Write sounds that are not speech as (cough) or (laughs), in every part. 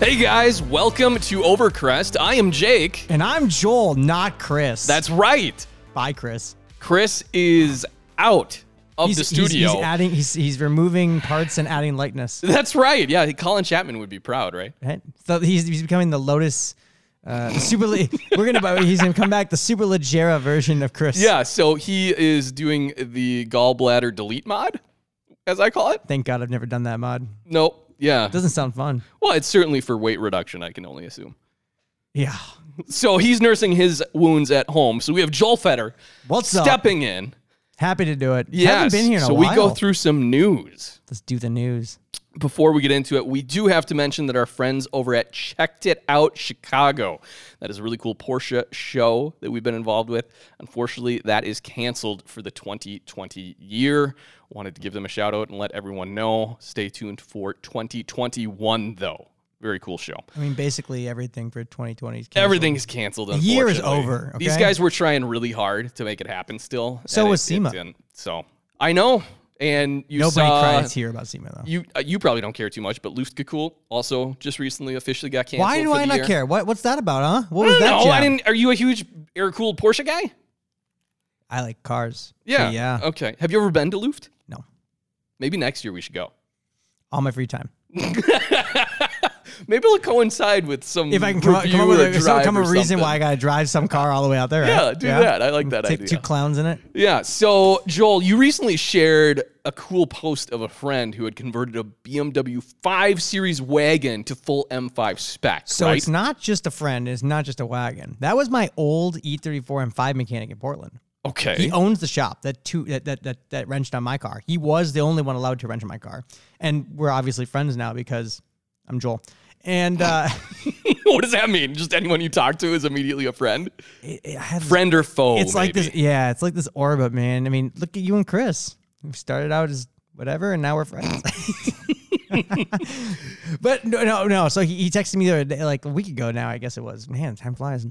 Hey guys, welcome to Overcrest. I am Jake. And I'm Joel, not Chris. That's right. Bye, Chris. Chris is out of He's, the he's- studio. He's, adding. He's, he's removing parts and adding (laughs) likeness. That's right. Yeah, Colin Chapman would be proud, right? Right? So he's, he's becoming the Lotus. Uh, the super. Le- (laughs) we're gonna. He's gonna come back the Super Legera version of Chris. Yeah, so he is doing the gallbladder delete mod, as I call it. Thank God I've never done that mod. Nope. Yeah. Doesn't sound fun. Well, it's certainly for weight reduction, I can only assume. Yeah. So he's nursing his wounds at home. So we have Joel Fetter What's up? stepping in. Happy to do it. Yes. Haven't been here in a so while. we go through some news. Let's do the news. before we get into it, we do have to mention that our friends over at Checked It Out Chicago, that is a really cool Porsche show that we've been involved with. Unfortunately, that is canceled for the 2020 year. Wanted to give them a shout out and let everyone know. Stay tuned for 2021, though. Very cool show. I mean, basically everything for 2020 is canceled. Everything is canceled. The year is over, These okay? guys were trying really hard to make it happen. Still, So and was it- it SEMA. didn't. So I know, and you Nobody saw cries here about SEMA though. you uh, you probably don't care too much, but Luft Gekul also just recently officially got canceled. Why do for I the not year. care? What What's that about, huh? What I was don't that? know. I jab? didn't. Are you a huge air cooled Porsche guy? I like cars. So Yeah. Uh, yeah. Okay. Have you ever been to Luft? No. Maybe next year we should go. All my free time. Maybe it'll coincide with some. If I can come up, come up with a, a, so drive come up or with a reason something. why I gotta drive some car all the way out there. Yeah, right? do that. I like that Take idea. two clowns in it. Yeah. So Joel, you recently shared a cool post of a friend who had converted a BMW 5 Series wagon to full M5 spec. So right? it's not just a friend. It's not just a wagon. That was my old E E34 M5 mechanic in Portland. okay. He owns the shop that two that, that that that wrenched on my car. He was the only one allowed to wrench on my car, and we're obviously friends now because I'm Joel. And uh, (laughs) (laughs) what does that mean? Just anyone you talk to is immediately a friend, it, it, I had this- friend or foe? it's like maybe. this. Yeah, it's like this orbit, man. I mean, look at you and Chris. We started out as whatever, and now we're friends. (laughs) but no, no, no. So he, he texted me the other day, like a week ago now, I guess it was. Man, time flies.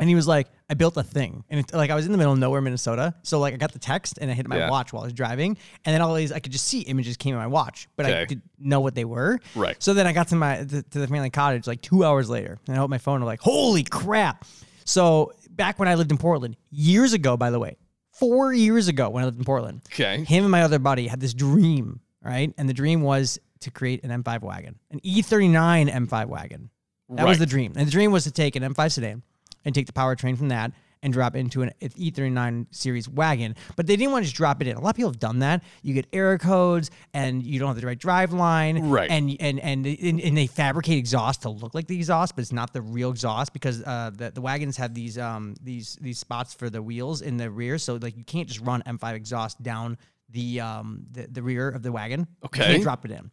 And he was like, I built a thing. And it, like, I was in the middle of nowhere, Minnesota. So, like, I got the text and I hit my Yeah. watch while I was driving. And then all these, I could just see images came on my watch, but Okay. I didn't know what they were. Right. So then I got to my to, to the family cottage like two hours later, and I opened my phone. I'm like, holy crap! So back when I lived in Portland years ago, by the way, four years ago when I lived in Portland, Okay. him and my other buddy had this dream, right? And the dream was to create an M5 wagon, an E E39 M5 wagon. That Right. was the dream, and the dream was to take an M5 sedan and take the powertrain from that and drop into an E39 series wagon. But they didn't want to just drop it in. A lot of people have done that. You get error codes, and you don't have the right drive line, Right. And and and and, and they fabricate exhaust to look like the exhaust, but it's not the real exhaust because uh, the, the wagons have these um these these spots for the wheels in the rear, so like you can't just run M5 exhaust down the um the, the rear of the wagon. You Okay. can't drop it in.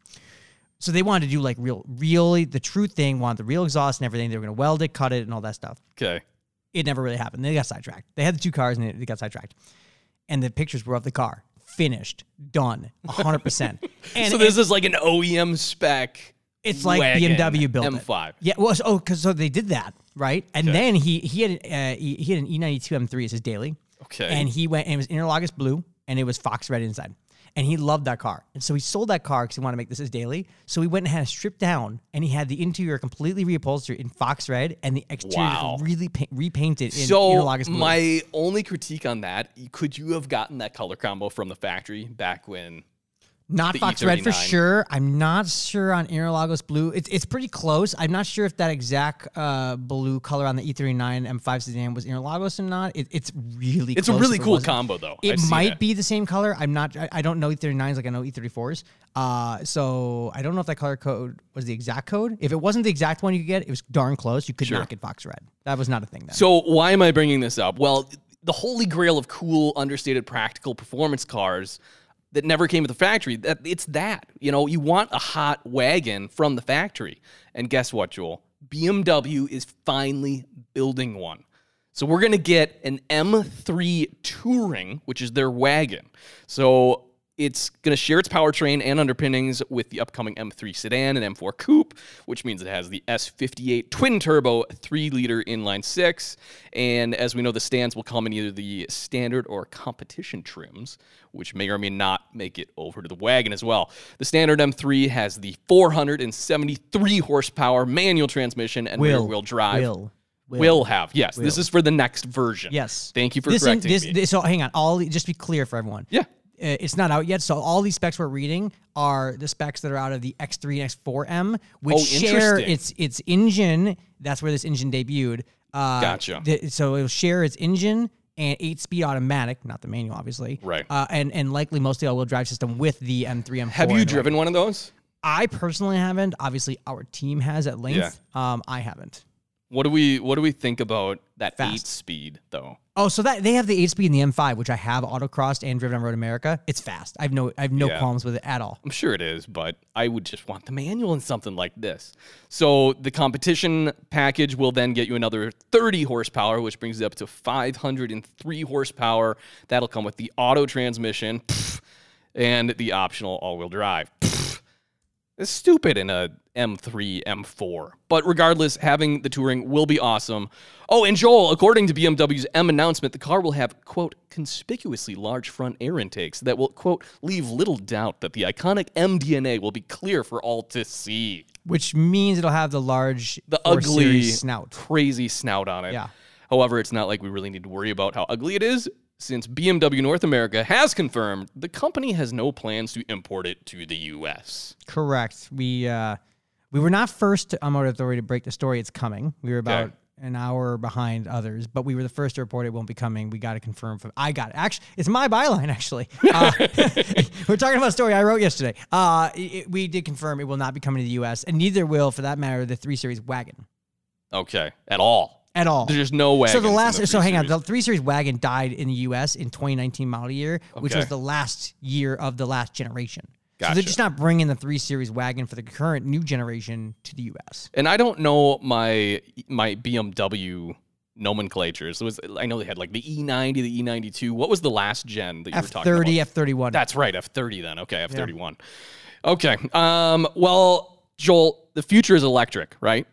So they wanted to do like real, really the true thing. Wanted the real exhaust and everything. They were going to weld it, cut it, and all that stuff Okay. it never really happened. They got sidetracked. They had the two cars and they got sidetracked. And the pictures were of the car finished, done, 100%. (laughs) and so this is like an OEM spec. it's like wagon, BMW built it. M5. Yeah, well, so, oh, cause, so they did that, right? And then he he had uh, he, he had an E92 M3 as his daily. Okay. And he went and it was Interlagos blue and it was fox red inside. And he loved that car. And so he sold that car because he wanted to make this his daily. So he went and had it stripped down and he had the interior completely reupholstered in fox red and the exterior just Wow. really pa- repainted in so Interlagos blue. my only critique on that, could you have gotten that color combo from the factory back when? Not the E Fox Red for E39. sure. I'm not sure on Interlagos Blue. It's it's pretty close. I'm not sure if that exact uh, blue color on the E39 M5 sedan was Interlagos or not. It, it's really It's close a really if it cool wasn't. combo though. It I've seen might that. be the same color. I'm not. I, I don't know E39s like I know E34s. Uh, so I don't know if that color code was the exact code. If it wasn't the exact one you could get, it was darn close. You could not get Fox Red. That was not a thing then. So why am I bringing this up? Well, the holy grail of cool, understated, practical performance cars that never came to the factory. That it's that you know you want a hot wagon from the factory, and guess what, Joel? BMW is finally building one. So we're gonna get an M3 Touring, which is their wagon. So It's going to share its powertrain and underpinnings with the upcoming M3 sedan and M4 coupe, which means it has the S58 twin turbo 3 liter inline 6. And as we know, the stands will come in either the standard or competition trims, which may or may not make it over to the wagon as well. The standard M3 has the 473 horsepower manual transmission and rear wheel drive. Will. Will, have. Yes, this is for the next version. Yes. Thank you for this, in- correcting this, me. this- so hang on. All the- just to be clear for everyone. yeah. Uh, It's not out yet, so all these specs we're reading are the specs that are out of the X3 and X4M, which Oh, share interesting. its its engine. That's where this engine debuted. Uh, Gotcha. th- so it'll share its engine and eight-speed automatic, not the manual, obviously. Right. Uh, and and likely mostly all-wheel drive system with the M3 M4. Have you and- driven one of those? I personally haven't. Obviously, our team has at length. Um, I haven't. What do we what do we think about that Fast. eight speed though? Oh, so that they have the eight speed and the M5, which I have autocrossed and driven on Road America. It's fast. I've no, I've no Yeah. qualms with it at all. I'm sure it is, but I would just want the manual in something like this. So the competition package will then get you another 30 horsepower, which brings it up to 503 horsepower. That'll come with the auto transmission pff, and the optional all-wheel drive. Pff. It's stupid in a M3, M4. But regardless, having the touring will be awesome. Oh, and Joel, according to BMW's M announcement, the car will have, quote, conspicuously large front air intakes that will, quote, leave little doubt that the iconic MDNA will be clear for all to see. Which means it'll have the large, The four ugly, series snout. crazy snout on it. Yeah. However, it's not like we really need to worry about how ugly it is. Since BMW North America has confirmed the company has no plans to import it to the US. Correct. We, uh, we were not first to Unmotor Authority to break the story. It's coming. We were about an hour behind others, but we were the first to report it won't be coming. We got to confirm. From, I got it. Actually, it's my (laughs) byline. Actually, uh, (laughs) we're talking about a story I wrote yesterday. Uh, it, we did confirm it will not be coming to the U.S. and neither will, for that matter, the three series wagon Okay, at all. at all. There's just no way. So the last, so hang on, the three series wagon died in the U.S. in 2019 model year, which Okay. was the last year of the last generation. So Gotcha. they're just not bringing the three series wagon for the current new generation to the U.S. and I don't know my my BMW nomenclature. So it was, I know they had like the E90, the E92. What was the last gen that you were F talking about? thirty, F thirty one. That's right, F30 then. Okay, F31. Okay. Um well, Joel, the future is electric, right?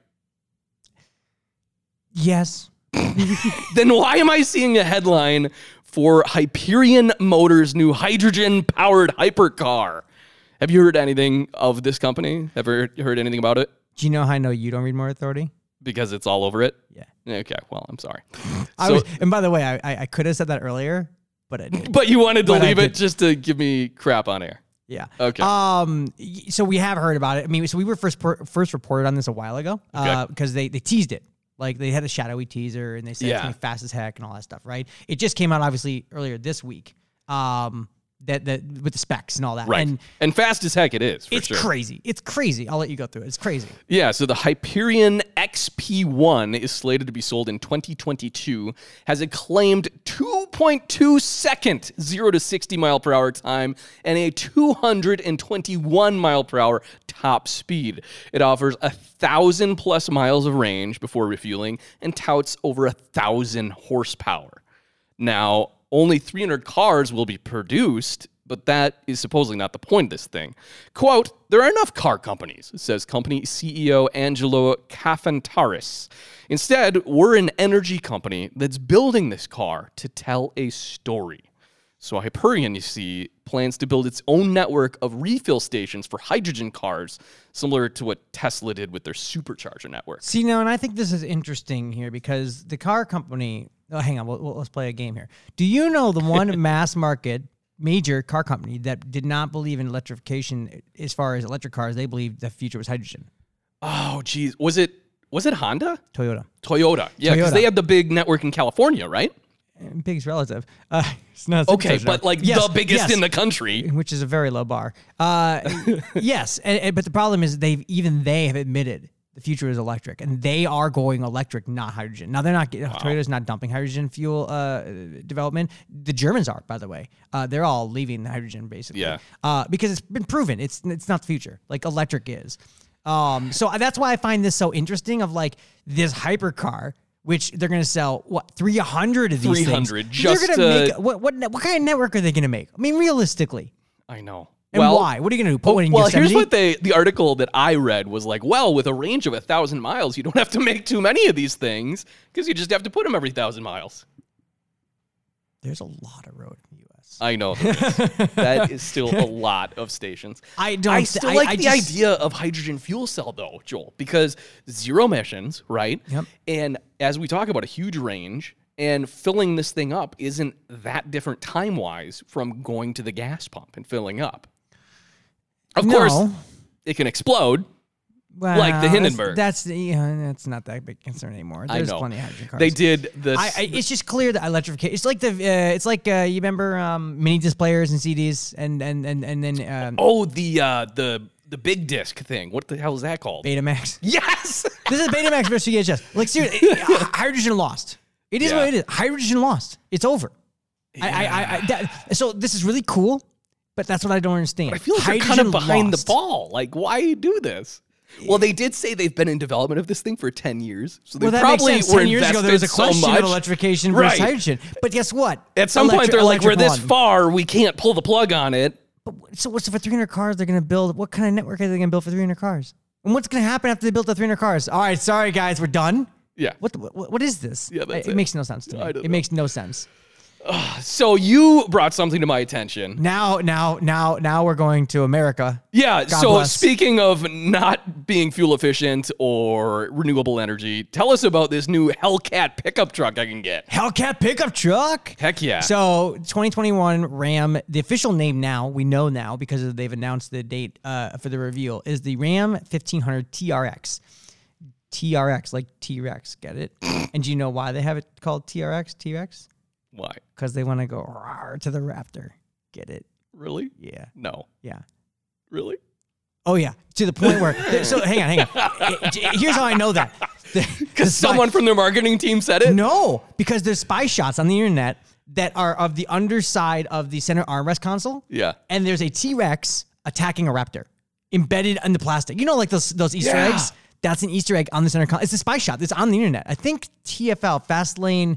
Yes, then why am I seeing a headline for Hyperion Motors' new hydrogen powered hypercar? Have you heard anything of this company? Ever heard anything about it? do you know how I know you don't read more authority? Because it's all over it? Yeah. Okay, well, I'm sorry. (laughs) I So- was, and by the way, I I, I could have said that earlier, but I didn't. But you wanted to But I leave it did- just to give me crap on air. Yeah. Okay. Um. y- So we have heard about it. I mean, so we were first per, first reported on this a while ago because they they teased it. Like they had a shadowy teaser and they said it's Yeah. gonna be fast as heck and all that stuff, right? It just came out obviously earlier this week. Um. That that with the specs and all that. right. And And, fast as heck it is, for it's sure. crazy. It's crazy. I'll let you go through it. It's crazy. Yeah, so the Hyperion XP1 is slated to be sold in 2022, has a claimed 2.2 second 0 to 60 mile per hour time and a 221 mile per hour top speed. It offers a thousand plus miles of range before refueling and touts over a thousand horsepower. Now, only 300 cars will be produced, but that is supposedly not the point of this thing. Quote, there are enough car companies, says company CEO Angelo Cafantaris. Instead, we're an energy company that's building this car to tell a story. So Hyperion, you see, plans to build its own network of refill stations for hydrogen cars, similar to what Tesla did with their supercharger network. See now, and I think this is interesting here because the car company. Oh, hang on. We'll, we'll- let's play a game here. Do you know the (laughs) one mass market major car company that did not believe in electrification as far as electric cars? They believed the future was hydrogen. Oh, geez, was it was it Honda? Toyota, Toyota. Yeah, because Toyota. they have the big network in California, right? And biggest relative. Uh, (laughs) it's not a Okay, supercharger. but like Yes, the biggest yes. in the country. which is a very low bar. Uh, yes, and, and- but the problem is they've even they have admitted the future is electric, and they are going electric, not hydrogen. Now they're not getting Toyota's not dumping hydrogen fuel uh, development. The Germans are, by the way, uh, they're all leaving the hydrogen basically, Yeah. uh, because it's been proven it's it's not the future. Like electric is, um, so I- that's why I find this so interesting. Of like this hypercar. Which they're gonna sell what three hundred of these things? 300, They're just gonna to- make what what ne- what kind of network are they going to make? I mean, realistically, I know. And why? What are you going to do? Put one in oh, well, Yosemite? here's what they the article that I read was like. Well, with a range of a thousand miles, you don't have to make too many of these things because you just have to put them every thousand miles. There's a lot of road in the U.S. I know there is. (laughs) that is still a lot of stations. I don't. I th- still like I the just- idea of hydrogen fuel cell though, Joel, because zero emissions, right? Yep. And as we talk about a huge range and filling this thing up isn't that different time wise from going to the gas pump and filling up. Of course, No. it can explode. Well, like the that's- Hindenburg. That's, the yeah, that's not that big concern anymore. There's I know. plenty of hydrogen cars. They did the I, I, it's just clear that electrification. It's like the. Uh, it's like uh, you remember um, mini disc players and CDs and and and and then um, oh the uh, the the big disc thing. What the hell is that called? Betamax. Yes. (laughs) This is Betamax versus VHS. Like seriously, it- uh, hydrogen lost. It is Yeah. what it is. Hydrogen lost. It's over. I, I, I, I that, so this is really cool, but that's what I don't understand. I feel like they're kind of Hydrogen behind lost. the ball. Like, why do this? Well, they did say they've been in development of this thing for ten years, so they Well, that probably makes sense. were Ten years ago, there was a invested so question much. of electrification versus Right. hydrogen. But guess what? At some point, Electri- they're like, "We're electric this won." far, we can't pull the plug on it." But so what's for 300 cars they're going to build? What kind of network are they going to build for 300 cars? And what's going to happen after they build the 300 cars? All right, sorry guys, we're done. Yeah. What what, what is this? Yeah, that's it, it. makes no sense to me. I don't It know. makes no sense. So you brought something to my attention. Now now now now we're going to America. Yeah. God so bless. speaking of not being fuel efficient or renewable energy, tell us about this new Hellcat pickup truck I can get. Hellcat pickup truck. Heck yeah. So 2021 Ram, the official name now, we know now because of- they've announced the date uh, for the reveal, is the Ram 1500 TRX. TRX, like T Rex, (laughs) get it? and do you know why they have it called TRX? T Rex? why? Because they want to go rawr to the Raptor. Get it? Really? Yeah. No. Yeah. Really? Oh, yeah. To the point where, (laughs) so hang on, hang on. It- it- Here's how I know that. (laughs) (laughs) Because someone from their marketing team said (laughs) it. No, because there's spy shots on the internet that are of the underside of the center armrest console. Yeah. And there's a T Rex attacking a raptor embedded in the plastic. You know, like those those Easter Yeah. eggs? That's an Easter egg on the center console. It's a spy shot. It's on the internet. I think TFL, Fastlane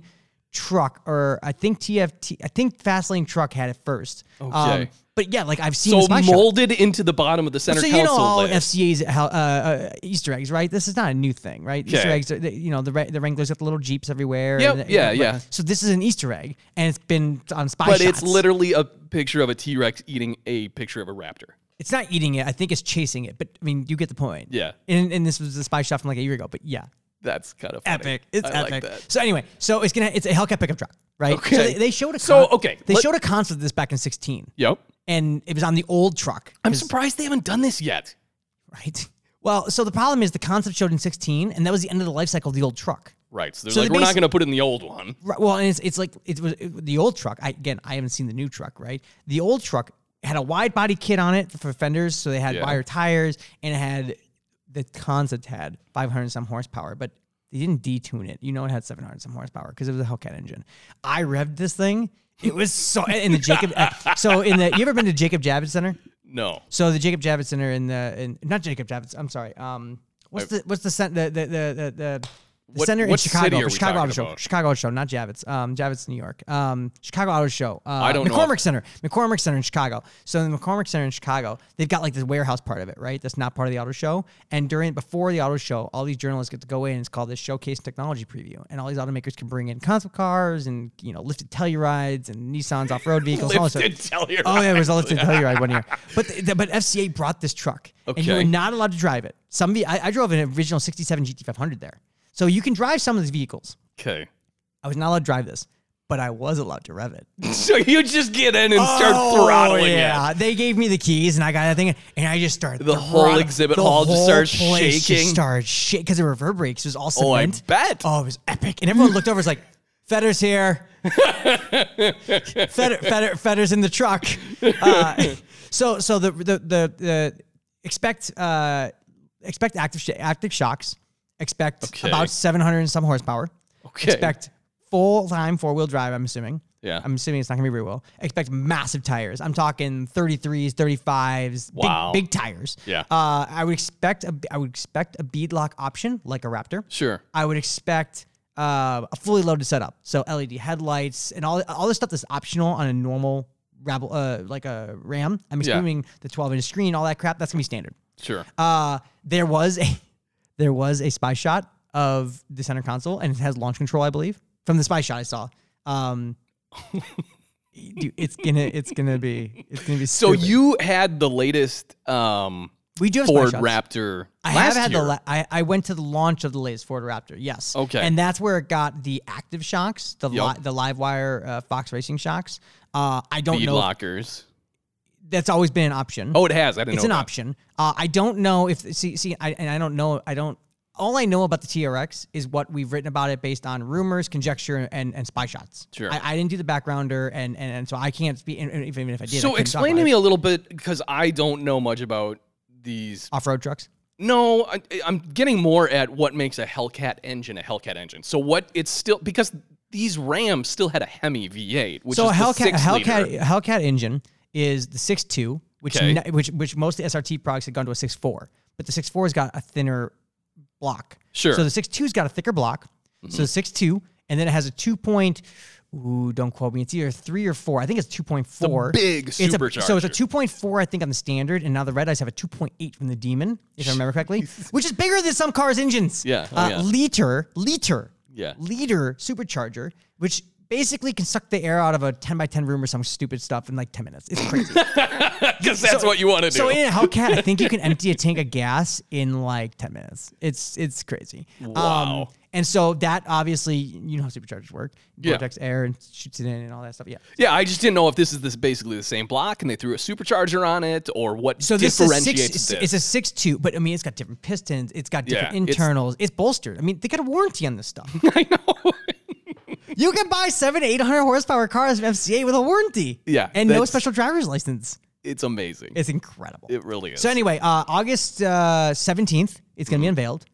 Truck, or I think TFT, I think Fastlane Truck had it first. Okay. Okay. but yeah, like I've seen the So spy shot. molded into the bottom of the center So you know console. all lid. FCA's uh, uh, Easter eggs, right? This is not a new thing, right? Easter Okay. eggs, are, you know, the Wra- the Wranglers got the little jeeps everywhere. Yep, and- yeah, yeah. So this is an Easter egg, and it's been on spy but shots. it's literally a picture of a T Rex eating a picture of a raptor. It's not eating it. I think it's chasing it. But I mean, you get the point. Yeah. And, and this was the spy shot from like a year ago. But yeah, That's kind of funny. epic. It's I epic. Like that. So anyway, so it's gonna it's a Hellcat pickup truck, right? So Okay. they, they showed a So, okay, they let- showed a concept of this back in sixteen, Yep. and it was on the old truck. I'm surprised they haven't done this yet. right. Well, so the problem is the concept showed in sixteen, and that was the end of the life cycle of the old truck. Right. So they're So like, they we're not basi- going to put in the old one. Right, well, and it's, it's like it was it- the old truck. I, again, I haven't seen the new truck, right? The old truck had a wide body kit on it for fenders, so they had Yeah. wire tires, and it had the concept had 500 and some horsepower, but they didn't detune it. You know, it had 700 and some horsepower because it was a Hellcat engine. I revved this thing. It was so in the Jacob. uh, so in the you ever been to Jacob Javits Center? No. So the Jacob Javits Center in the in not Jacob Javits. I'm sorry. Um, what's the what's the cen- the the the, the, the Uh, What- center in what city Chicago? are for we Chicago Auto talking Show. about? Chicago Auto Show, not Javits. Um, Javits, New York. Um, Chicago Auto Show. Uh, I don't know McCormick if- Center. McCormick Center in Chicago. So in the McCormick Center in Chicago, they've got like this warehouse part of it, right? That's not part of the auto show. And during before the auto show, all these journalists get to go in. It's called this showcase technology preview, and all these automakers can bring in concept cars and you know lifted Tellurides and Nissan's off road vehicles. and all this stuff. Lifted Telluride. (laughs) Oh yeah, it was a lifted Telluride one year. But the, the- but FCA brought this truck, and you Okay. were not allowed to drive it. Some ve- I, I drove an original '67 GT500 there, so you can drive some of these vehicles. Okay. I was not allowed to drive this, but I was allowed to rev it. So you just get in and start throttling it. Oh, yeah, they gave me the keys, and I got that thing, and I just started The whole throttle- exhibit the hall just whole starts place shaking. Just started shaking because the reverb brakes was all Oh, I cement. bet. Oh, it was epic. And everyone looked over, was like, Fetter's here. Fetter, Fetter, Fetter's in the truck. Uh, so, so the, the, the, the expect, uh, expect active, sh- active shocks, expect Okay. about 700 and some horsepower. Okay. Expect full time four wheel drive. I'm assuming. Yeah. I'm assuming it's not gonna be rear wheel. Expect massive tires. I'm talking 33s, 35s. big- Wow. Big, tires. Yeah. Uh, I would expect a, I would expect a beadlock option like a Raptor. Sure. I would expect E uh, a fully loaded setup, so LED headlights and all all the stuff that's optional on a normal Rebel, uh, like a Ram. I'm Yeah. assuming the 12 inch screen, all that crap. That's gonna be standard. Sure. Uh, there was a (laughs) there was a spy shot of the center console, and it has launch control, I believe, from the spy shot I saw. Um, (laughs) dude, it's gonna it's gonna be it's gonna be So stupid. you had the latest um, we do have spy Ford shots. Raptor. I last have had year. the la- I, I went to the launch of the latest Ford Raptor. Yes. Okay. And that's where it got the active shocks, the Yup. li- the live wire uh, Fox Racing shocks. Uh, I don't feed know. if- lockers. That's always been an option. Oh, it has. I didn't it's know. an that. option. Uh, I don't know if see see I, and I don't know I don't all I know about the TRX is what we've written about it based on rumors, conjecture, and, and spy shots. Sure. I, I didn't do the backgrounder, and, and, and so I can't speak. And, and even if I did, I So couldn't talk explain about to it. me a little bit because I don't know much about these. off-road trucks. No, I, I'm getting more at what makes a Hellcat engine a Hellcat engine. So what it's still because these Rams still had a Hemi V8, which so is a Hellcat, the a six liter. (laughs) Hellcat, a Hellcat engine is the 6.2, which Okay. ne- which which most of the SRT products had gone to a 6.4, but the 6.4 has got a thinner block. Sure. So the 6.2's got a thicker block. So the 6.2, and then it has a 2. Point, ooh, don't quote me. It's either three or four. I think it's 2.4. big It's a- so it's a supercharger. 2.4, I think, on the standard, and now the red eyes have a 2.8 from the Demon, if I remember correctly, which is bigger than some cars' engines. Yeah, oh Uh, yeah. liter, liter, Yeah. liter supercharger, which basically can suck the air out of a 10 by 10 room or some stupid stuff in like 10 minutes. It's crazy. (laughs) Because that's what you want to do. so in a Hellcat, I think you can empty a tank of gas in like 10 minutes. It's it's crazy. Um, Wow. and so that obviously, you know how superchargers work. Yeah. Vortex air and shoots it in and all that stuff. Yeah. yeah, I just didn't know if this is this basically the same block and they threw a supercharger on it or what So this is six. differentiates It's, this. it's a six-two, but I mean, it's got different pistons. It's got different Yeah, it's- internals. It's, bolstered. I mean, they got a warranty on (laughs) this stuff. I know. (laughs) you can buy seven, eight hundred horsepower cars from FCA with a warranty. Yeah, and no that's- special driver's license. It's amazing. It's incredible. it really is. Mm-hmm. so anyway, uh, August uh, seventeenth, it's gonna be unveiled,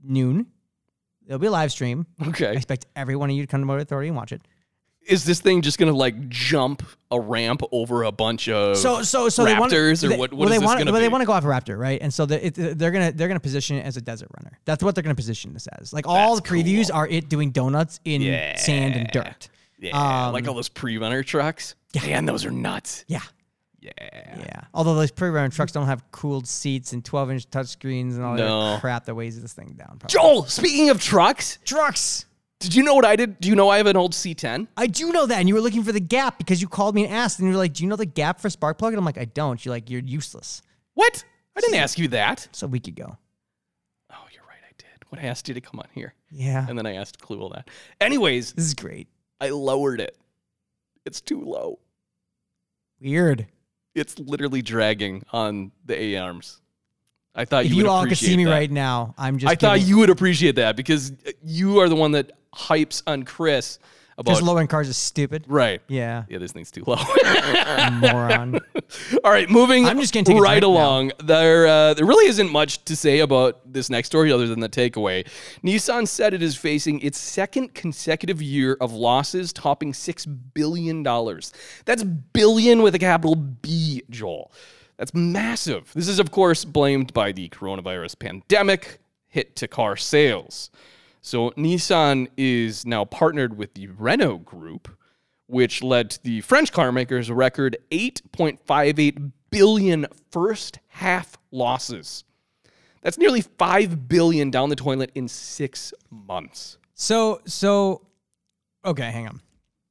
noon. There'll be a live stream. I okay. expect every one of you to come to Motor Authority and watch it. Is this thing just going to like jump a ramp over a bunch of so so so they want raptors or they, what, what well, is they this want gonna well, they be? want to go off a raptor right and so the, it, they're gonna they're gonna position it as a desert runner that's what they're gonna position this as like all That's the previews cool. are it doing donuts in Yeah. sand and dirt Yeah, Um, like all those pre-runner trucks. Man, those are nuts. yeah Yeah. yeah although those pre-run trucks don't have cooled seats and 12 inch touchscreens and all No. that crap that weighs this thing down probably. Joel, speaking of trucks, trucks did you know what I did? Do you know I have an old C10? I do know that, and you were looking for the gap because you called me and asked, and you were like, "Do you know the gap for spark plug?" And I'm like, "I don't." You're like, "You're useless." What? I didn't ask you that. It's a week ago. Oh, you're right, I did. When I asked you to come on here, Yeah, and then I asked Clue all that. Anyways, this is great. I lowered it. It's too low. Weird. It's literally dragging on the A arms. I thought if you, would you all could appreciate see me that. right now, I'm just. I thought giving- you would appreciate that because you are the one that hypes on Chris because about low end cars is stupid. right. (laughs) Yeah, Yeah, this thing's too (laughs) low. (laughs) moron. All right, moving I'm just gonna take a right drink now. along. There, uh, there really isn't much to say about this next story other than the takeaway. Nissan said it is facing its second consecutive year of losses, topping six billion dollars. That's billion with a capital B, Joel. That's massive. This is, of course, blamed by the coronavirus pandemic hit to car sales. So Nissan is now partnered with the Renault Group, which led to the French carmaker's record 8.58 billion first half losses. That's nearly 5 billion down the toilet in 6 months. So so, okay, hang on.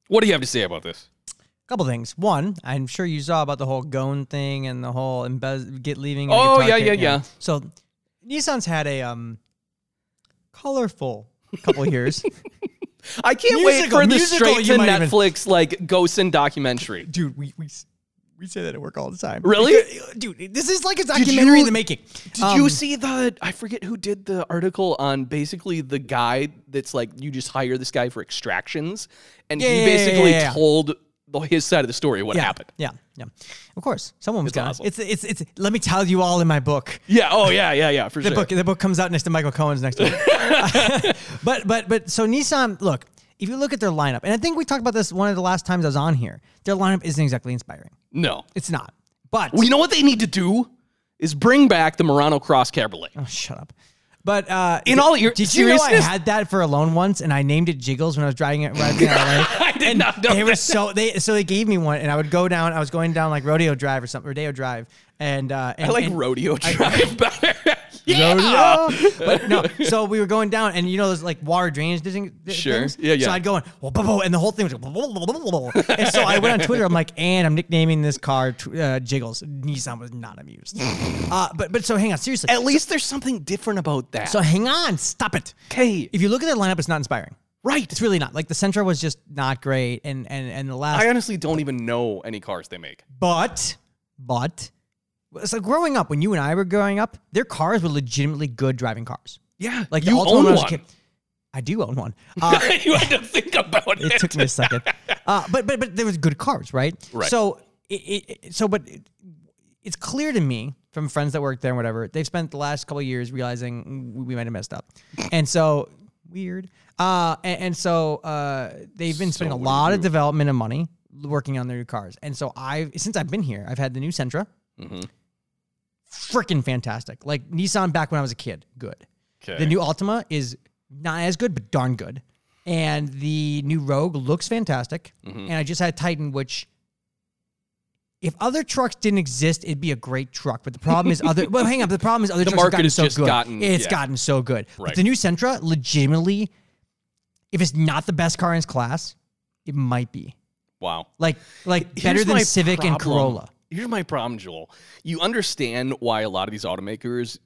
What do you have to say about this? Couple things. One, I'm sure you saw about the whole Gone thing and the whole embez- get leaving. and a Oh, guitar yeah, kit, yeah, yeah. So Nissan's had a um colorful (laughs) couple years. I can't Musical, wait for the musical, straight to you might even- Netflix like Ghost and documentary. Dude, we we s- we say that at work all the time. uh, Really? Dude, this is like a documentary you- in the making. Um, Did you see the I forget who did the article on basically the guy that's like you just hire this guy for extractions and Yeah, he yeah, yeah, basically yeah, yeah. told the, his side of the story what yeah, happened. Yeah, yeah. Of course, someone was gonna. awesome. It's it's it's. Let me tell you all in my book. Yeah, oh yeah, yeah, yeah, for The sure. book the book comes out next to Michael Cohen's next week. (laughs) but but but so Nissan, look, if you look at their lineup, and I think we talked about this one of the last times I was on here, their lineup isn't exactly inspiring. No. It's not. But oh, Well, you know what they need to do is bring back the Murano Cross Cabriolet. oh, shut up. But uh, In all your did you know I seriousness? had that for a loan once, and I named it Jiggles when I was driving it. Driving out of (laughs) LA. I did not know They (laughs) were that. so they so they gave me one, and I would go down. I was going down like Rodeo Drive or something, Rodeo Drive, and, uh, and I like and, rodeo (laughs) drive better. yeah. rodeo. (laughs) But no, (laughs) so we were going down, and you know those like water drainage thing, th- Sure. things. Yeah, yeah. So I'd go in, "Whoa, whoa, whoa," and the whole thing was. Like, "Whoa, whoa, whoa, whoa," and so I went on Twitter. I'm like, and I'm nicknaming this car tw- uh, Jiggles. Nissan was (laughs) not amused. uh, but but so hang on, seriously. At least there's something different about that. So hang on, stop it. okay, If you look at that lineup, it's not inspiring. right. It's really not. Like the Sentra was just not great, and and and the last I honestly don't even know any cars they make. But, but, so growing up, when you and I were growing up, their cars were legitimately good driving cars. Yeah, Like the you Altima own when I was a one. kid- I do own one. Uh, (laughs) you had to think about it. it took me a second. Uh, but but but there was good cars, right? Right. So it, it so but it, it's clear to me from friends that work there and whatever they've spent the last couple of years realizing we, we might have messed up, and so weird. Uh, and, and so uh, they've been spending a what do lot you of development and money working on their new cars, and so I since I've been here, I've had the new Sentra, Mhm. freaking fantastic. Like Nissan back when I was a kid, good. Okay. The new Altima is not as good, but darn good. And the new Rogue looks fantastic. Mm-hmm. And I just had a Titan, which if other trucks didn't exist, it'd be a great truck. But the problem is other. well, hang up. The problem (laughs) is other trucks have market gotten has so just good. gotten- it's yeah. gotten so good. But Right. the new Sentra, legitimately, if it's not the best car in its class, it might be wow. like like better Here's than my Civic and problem. Corolla. Here's my problem, Joel. You understand why a lot of these automakers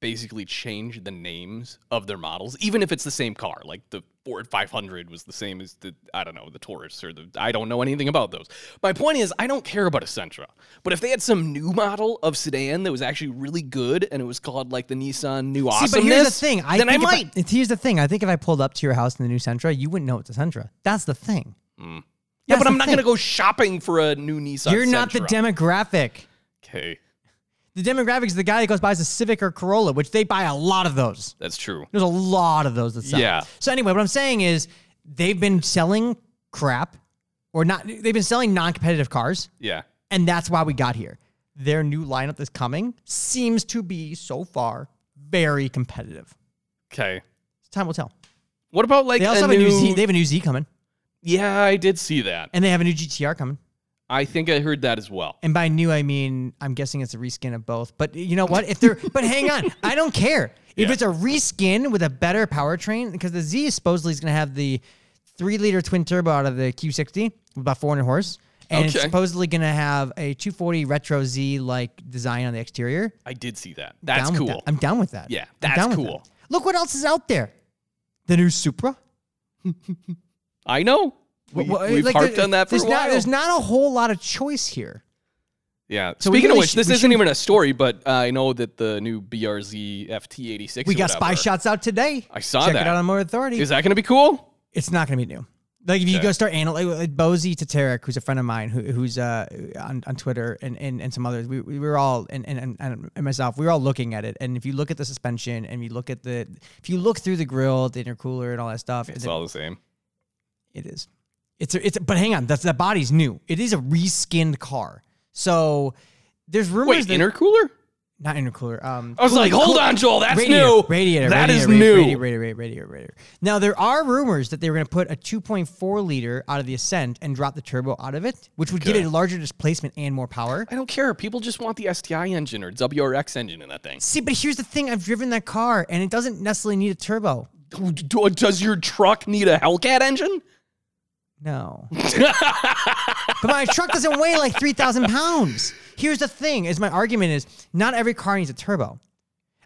basically change the names of their models, even if it's the same car. Like the Ford 500 was the same as the I don't know the Taurus or the I don't know anything about those. My point is, I don't care about a Sentra, but if they had some new model of sedan that was actually really good and it was called like the Nissan New Awesomeness, See, but here's the thing. I then I think if might. if- here's the thing. I think if I pulled up to your house in the new Sentra, you wouldn't know it's a Sentra. That's the thing. Mm. yeah, That's but I'm the not thing. going to go shopping for a new Nissan. You're not the Sentra. demographic. Okay, The demographic is the guy that goes buys a Civic or Corolla, which they buy a lot of those. that's true. There's a lot of those that sell. Yeah. So anyway, what I'm saying is they've been selling crap, or not. They've been selling non-competitive cars, Yeah. and that's why we got here. Their new lineup that's coming seems to be so far very competitive. Okay. Time will tell. What about like They also a have new? a new Z. They have a new Z coming, yeah, I did see that. and they have a new GTR coming. I think I heard that as well. And by new, I mean I'm guessing it's a reskin of both. But you know what? If they're (laughs) but hang on, I don't care if Yeah. it's a reskin with a better powertrain because the Z supposedly is going to have the three liter twin turbo out of the Q60 with about 400 horse, and it's Okay. supposedly going to have a 240 retro Z like design on the exterior. I did see that. That's Down with cool. that. I'm down with that. Yeah, I'm that's down with cool. that. Look what else is out there. The new Supra. I know. We, Wh- wh- we've like, harped there- on that for a there's while. not- there's not a whole lot of choice here. yeah. we Speaking of really which, sh- this we isn't even a story, but uh, I know that the new BRZ FT86. We or got spy whatever, shots out today. I saw Check that. it out on Motor Authority. Is that going to be cool? it's not going to be new. Like if you Okay. go start analyzing like Bozy Tatarek, who's a friend of mine, who, who's uh, on, on Twitter and, and, and some others, we, we were all and, and, and, and myself, we were all looking at it. And if you look at the suspension and you look at the, if you look through the grill, the intercooler, and all that stuff, It's it- all the same. it is. It's a, it's. A, but hang on, that's that body's new. It is a reskinned car, so there's Wait, rumors that intercooler? not intercooler. Um, I was like, hold on, Joel. That's radiator, new. Radiator. That radiator, is radi- new. Radiator, radiator, radiator, radiator, radiator. Now there are rumors that they were going to put a 2.4 liter out of the Ascent and drop the turbo out of it, which would Okay. get a larger displacement and more power. I don't care. People just want the STI engine or WRX engine in that thing. See, but here's the thing: I've driven that car, and it doesn't necessarily need a turbo. Do- do- Does your truck need a Hellcat engine? (laughs) No, but my truck doesn't weigh like 3,000 pounds. Here's the thing: is my argument is not every car needs a turbo.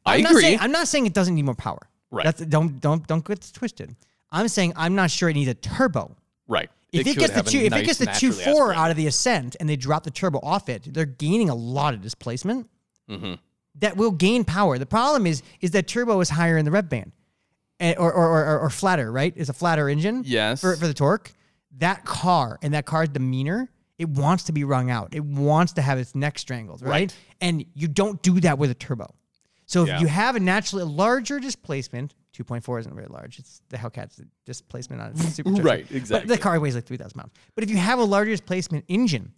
I I'm Not agree. saying, I'm not saying it doesn't need more power. Right. That's, don't don't don't get this twisted. I'm saying I'm not sure it needs a turbo. right. If it, could gets the have a two, if it nice gets the two naturally four aspirated- out of the ascent and they drop the turbo off it, they're gaining a lot of displacement. Mm-hmm. That will gain power. The problem is is that turbo is higher in the rev band, Eh, or or, or, or- or flatter. Right, it's a flatter engine. Yes. For, for the torque, that car and that car's demeanor, it wants to be wrung out. It wants to have its neck strangled. Right. Right. And you don't do that with a turbo. So if Yeah. you have a naturally larger displacement, 2.4 isn't very large. It's the Hellcat's (laughs) displacement on it. Super Right, But exactly. the car weighs like 3,000 pounds. But if you have a larger displacement engine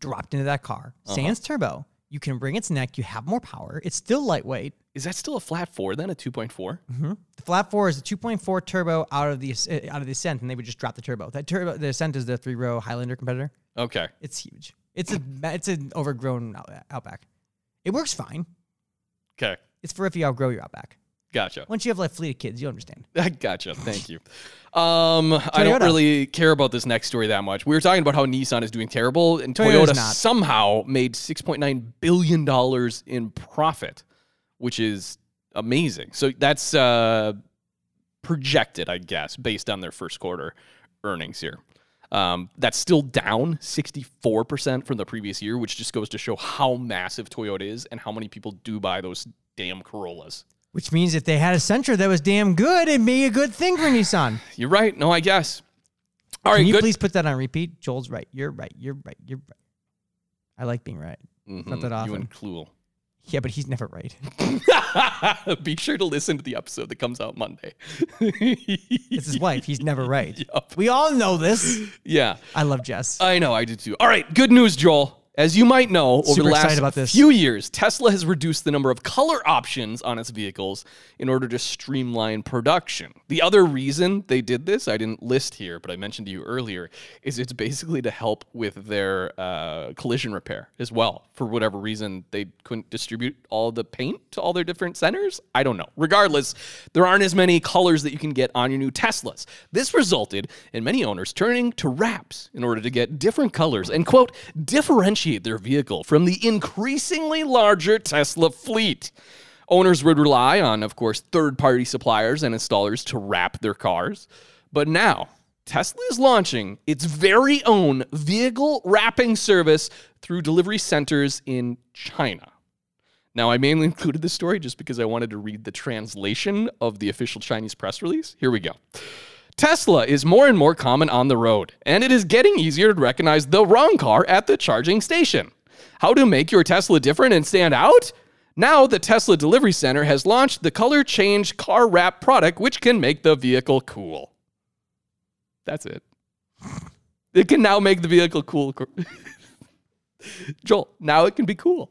dropped into that car, sans turbo, you can bring its neck. You have more power. It's still lightweight. Is that still a flat four then, a 2.4? The flat four is the 2.4 turbo out of the As- uh, out of the Ascent, and they would just drop the turbo. That turbo, the Ascent is the three row Highlander competitor. Okay. It's huge. It's a it's an overgrown out- Outback. It works fine. Okay. It's for if you outgrow your Outback. Gotcha. Once you have like fleet of kids, you will understand. I (laughs) gotcha. Thank you. Um, I don't Toyota. really care about this next story that much. We were talking about how Nissan is doing terrible, and Toyota's Toyota not. somehow made six point nine billion dollars in profit, which is amazing. So that's uh, projected, I guess, based on their first quarter earnings here. Um, that's still down 64% from the previous year, which just goes to show how massive Toyota is and how many people do buy those damn Corollas. Which means if they had a Sentra that was damn good, it'd be a good thing for Nissan. You're right. No, I guess. All right, Can you good. please put that on repeat? Joel's right. You're right. You're right. You're right. I like being right. Not Mm-hmm. You that often. and Cluel. Yeah, but he's never right. (laughs) (laughs) Be sure to listen to the episode that comes out Monday. (laughs) It's his wife. He's never right. Yup. We all know this. yeah, I love Jess. I know, I do too. All right, good news, Joel. As you might know, over Super the last excited about this. few years, Tesla has reduced the number of color options on its vehicles in order to streamline production. The other reason they did this, I didn't list here, but I mentioned to you earlier, is it's basically to help with their uh, collision repair as well. For whatever reason, they couldn't distribute all the paint to all their different centers. I don't know. Regardless, there aren't as many colors that you can get on your new Teslas. This resulted in many owners turning to wraps in order to get different colors and, quote, differentiate their vehicle from the increasingly larger Tesla fleet. Owners would rely on, of course, third party suppliers and installers to wrap their cars. But now, Tesla is launching its very own vehicle wrapping service through delivery centers in China. Now, I mainly included this story just because I wanted to read the translation of the official Chinese press release. Here we go. Tesla is more and more common on the road, and it is getting easier to recognize the wrong car at the charging station. How to make your Tesla different and stand out? Now, the Tesla Delivery Center has launched the Color Change Car Wrap product, which can make the vehicle cool. That's it. (laughs) It can now make the vehicle cool. (laughs) Joel, now it can be cool.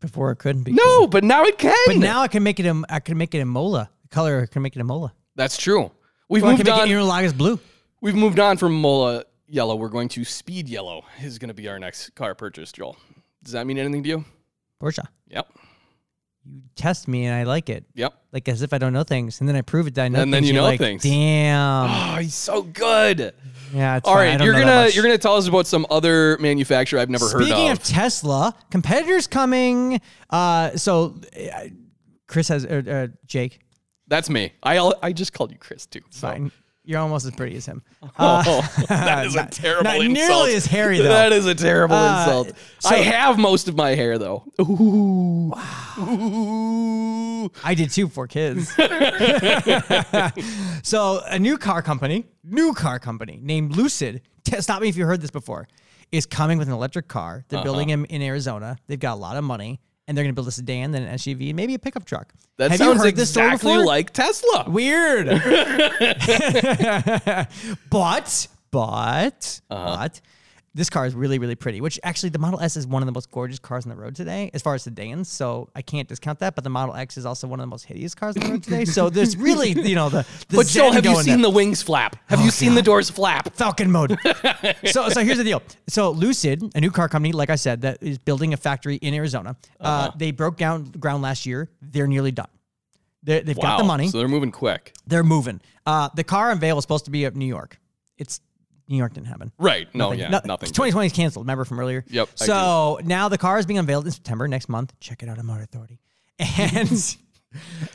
Before it couldn't be. No, but now it can. But now I can make it. A, I can make it a mola The color. I can make it a mola. that's true. We've Or I can moved make on. it interlagos blue. We've moved on from Mola Yellow. We're going to Speed Yellow. Is going to be our next car purchase, Joel. Does that mean anything to you? Porsche. Yep. You test me and I like it, Yep. like as if I don't know things, and then I prove it that I know. And then things, you you're know like, things. (gasps) Damn. Oh, he's so good. Yeah. It's All fine. I right, don't you're know that gonna much. you're gonna tell us about some other manufacturer I've never Speaking heard of. Tesla, competitors coming. Uh, so uh, Chris has uh, uh, Jake. That's me. I al- I just called you Chris too. So. Fine. You're almost as pretty as him. Oh, (laughs) that is a terrible not insult. nearly as hairy, though. That is a terrible Uh, insult. I have most of my hair though. Ooh. Ooh. I did too for kids. so a new car company, new car company named Lucid. t- stop me if you heard this before. Is coming with an electric car. Uh-huh. They're building him in Arizona. They've got a lot of money, and they're going to build a sedan, then an SUV, and maybe a pickup truck. That Have you sounds heard this story exactly before? like Tesla. (laughs) Weird. (laughs) but, but, Uh-huh. but, this car is really, really pretty, which actually the Model S is one of the most gorgeous cars on the road today, as far as sedans. So I can't discount that. But the Model X is also one of the most hideous cars on the road today. So (laughs) there's really, you know, the, the But Joel, zen have you going seen there. Oh, the wings flap? Have you seen the doors flap? Falcon mode. (laughs) so, so here's the deal. So, Lucid, a new car company, like I said, that is building a factory in Arizona. uh Uh-huh. they broke down ground last year. They're nearly done. They're, they've got the money. So they're moving quick. They're moving. Uh, the car unveil was supposed to be up New York. It's New York didn't happen. Right. No, yeah, No- nothing. 2020 is canceled. Remember from earlier? Yep, I So now the car is being unveiled in September next month. Check it out on Motor Authority. (laughs) And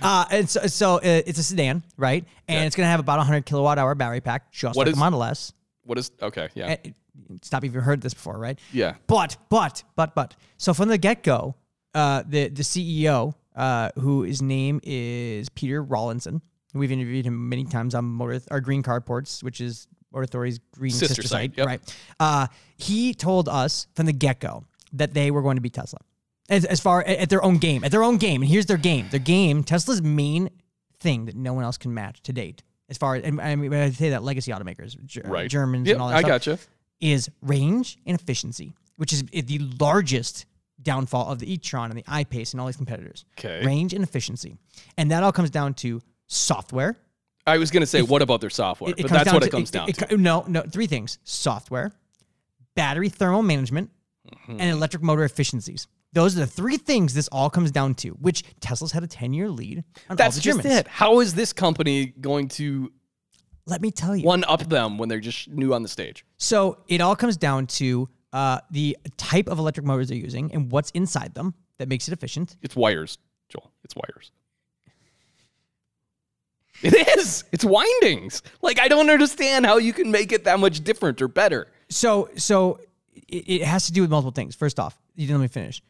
uh, and so, so uh, it's a sedan, right? And it's going to have about 100 kilowatt hour battery pack, just What like is- a Model S. What is, okay, yeah. And, Eh, stop if you've heard this before, right? yeah. But, but, but, but. So from the get go, uh, the the CEO, uh, who his name is Peter Rawlinson. We've interviewed him many times on Motor our Green Carports, which is Motor Authority's green Sister sister, site, site, yep. right? Uh, he told us from the get go that they were going to be Tesla, as, as far at their own game, at their own game. And here's their game: their game, Tesla's main thing that no one else can match to date. As far as and I mean, when I say that legacy automakers, Ger- Right. Germans, Yeah, and all that I stuff gotcha. is range and efficiency, which is the largest downfall of the e-tron and the i-pace and all these competitors. 'Kay. Range and efficiency. And that all comes down to software. I was going to say, what about their software? It- it but comes that's down what it to- comes down to. co- No, no, three things: software, battery thermal management, Mm-hmm. and electric motor efficiencies. Those are the three things this all comes down to. Which Tesla's had a ten-year lead on all That's the just Germans. it. How is this company going to Let me tell you. one up them when they're just new on the stage? So it all comes down to uh, the type of electric motors they're using and what's inside them that makes it efficient. It's wires, Joel. It's wires. It is. It's windings. Like I don't understand how you can make it that much different or better. So, so it, it has to do with multiple things. First off, you didn't let me finish.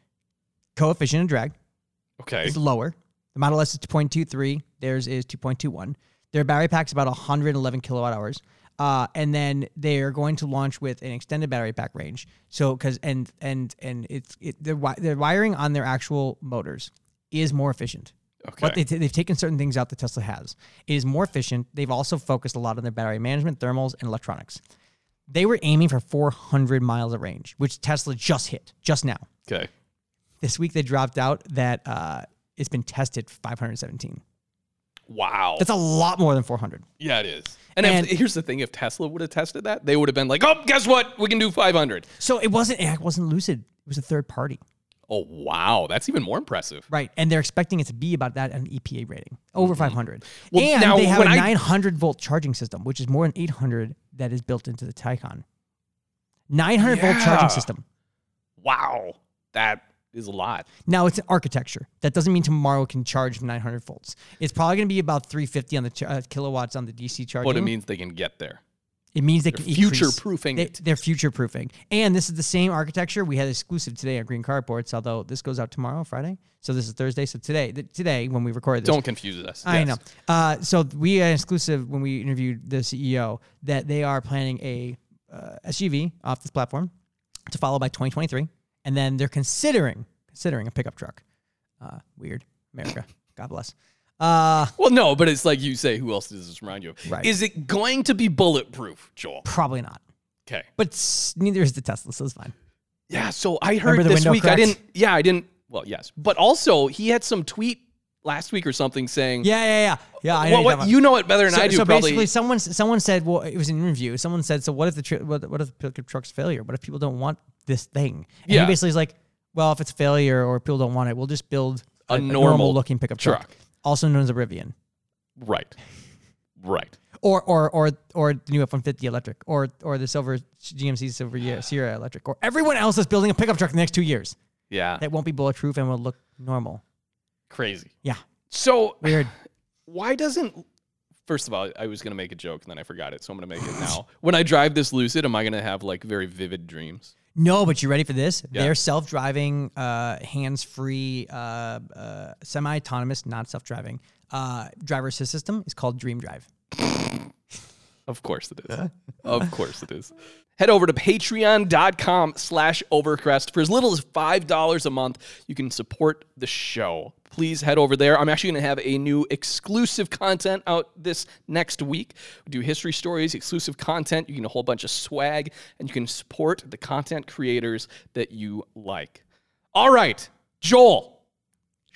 Coefficient of drag. Okay. It's lower. The Model S is 2.23. Theirs is 2.21. Their battery pack's about 111 kilowatt hours. Uh, and then they are going to launch with an extended battery pack range. So, because and and and it's it, their wi- their wiring on their actual motors is more efficient. But Okay. they t- they've taken certain things out that Tesla has. It is more efficient. They've also focused a lot on their battery management, thermals, and electronics. They were aiming for 400 miles of range, which Tesla just hit just now Okay. this week they dropped out that uh, it's been tested 517. Wow. That's a lot more than 400. Yeah, it is. And, And- if, here's the thing: if Tesla would have tested that, they would have been like, "Oh, guess what? We can do 500." So it wasn't it wasn't Lucid. It was a third party, Oh, wow, that's even more impressive. right? And they're expecting it to be about that an EPA rating over 500. Mm-hmm. Well, and now, they have a when I- 900 volt charging system, which is more than 800 that is built into the Taycan. 900 volt Yeah. charging system. Wow, that is a lot. Now it's an architecture. That doesn't mean tomorrow it can charge 900 volts. It's probably going to be about 350 on the ch- uh, kilowatts on the DC charging. But it means they can get there. It means they can increase- future-proofing They, it. They're future proofing, and this is the same architecture we had exclusive today on Green Cardboards. Although this goes out tomorrow, Friday, so this is Thursday. So today, th- today when we recorded this, Don't confuse us. I Yes. know. Uh, so we had exclusive when we interviewed the CEO that they are planning a uh, SUV off this platform to follow by 2023, and then they're considering considering a pickup truck. Uh, weird, America. (laughs) God bless. Uh, Well, no, but it's like you say, who else does this remind you of? Right. Is it going to be bulletproof, Joel? probably not, Okay. but s- neither is the Tesla, so it's fine. Yeah, so I Remember heard the this window week I cracks? didn't yeah, I didn't well, yes. But also he had some tweet last week or something saying Yeah, yeah, yeah, yeah. I well, know you're talking what, about- you know it better than so, I do so probably. basically, someone someone said, well, it was an interview. Someone said, so what if the tri- what, what if the pickup truck's failure? What if people don't want this thing? And Yeah. he basically is like, well, if it's a failure or people don't want it, we'll just build A a, normal looking pickup truck. truck. also known as a Rivian, right. Right. or or or or the new F one fifty electric, or or the silver GMC silver Ye- Sierra electric, or everyone else that's building a pickup truck in the next two years Yeah. that won't be bulletproof and will look normal. Crazy. Yeah, So weird. (sighs) why doesn't first of all, I was gonna make a joke and then I forgot it, so I'm gonna make it now. When I drive this lucid, am I gonna have like very vivid dreams? No, but you ready for this? Yeah. They're self-driving, uh, hands-free, uh, uh, semi-autonomous, not self-driving uh, driver assist system. It's called Dream Drive. Of course it is. of course it is. Head over to patreon.com slash overcrest. For as little as $5 a month, you can support the show. Please head over there. I'm actually going to have a new exclusive content out this next week. We do history stories, exclusive content. You can get a whole bunch of swag, and you can support the content creators that you like. All right, Joel.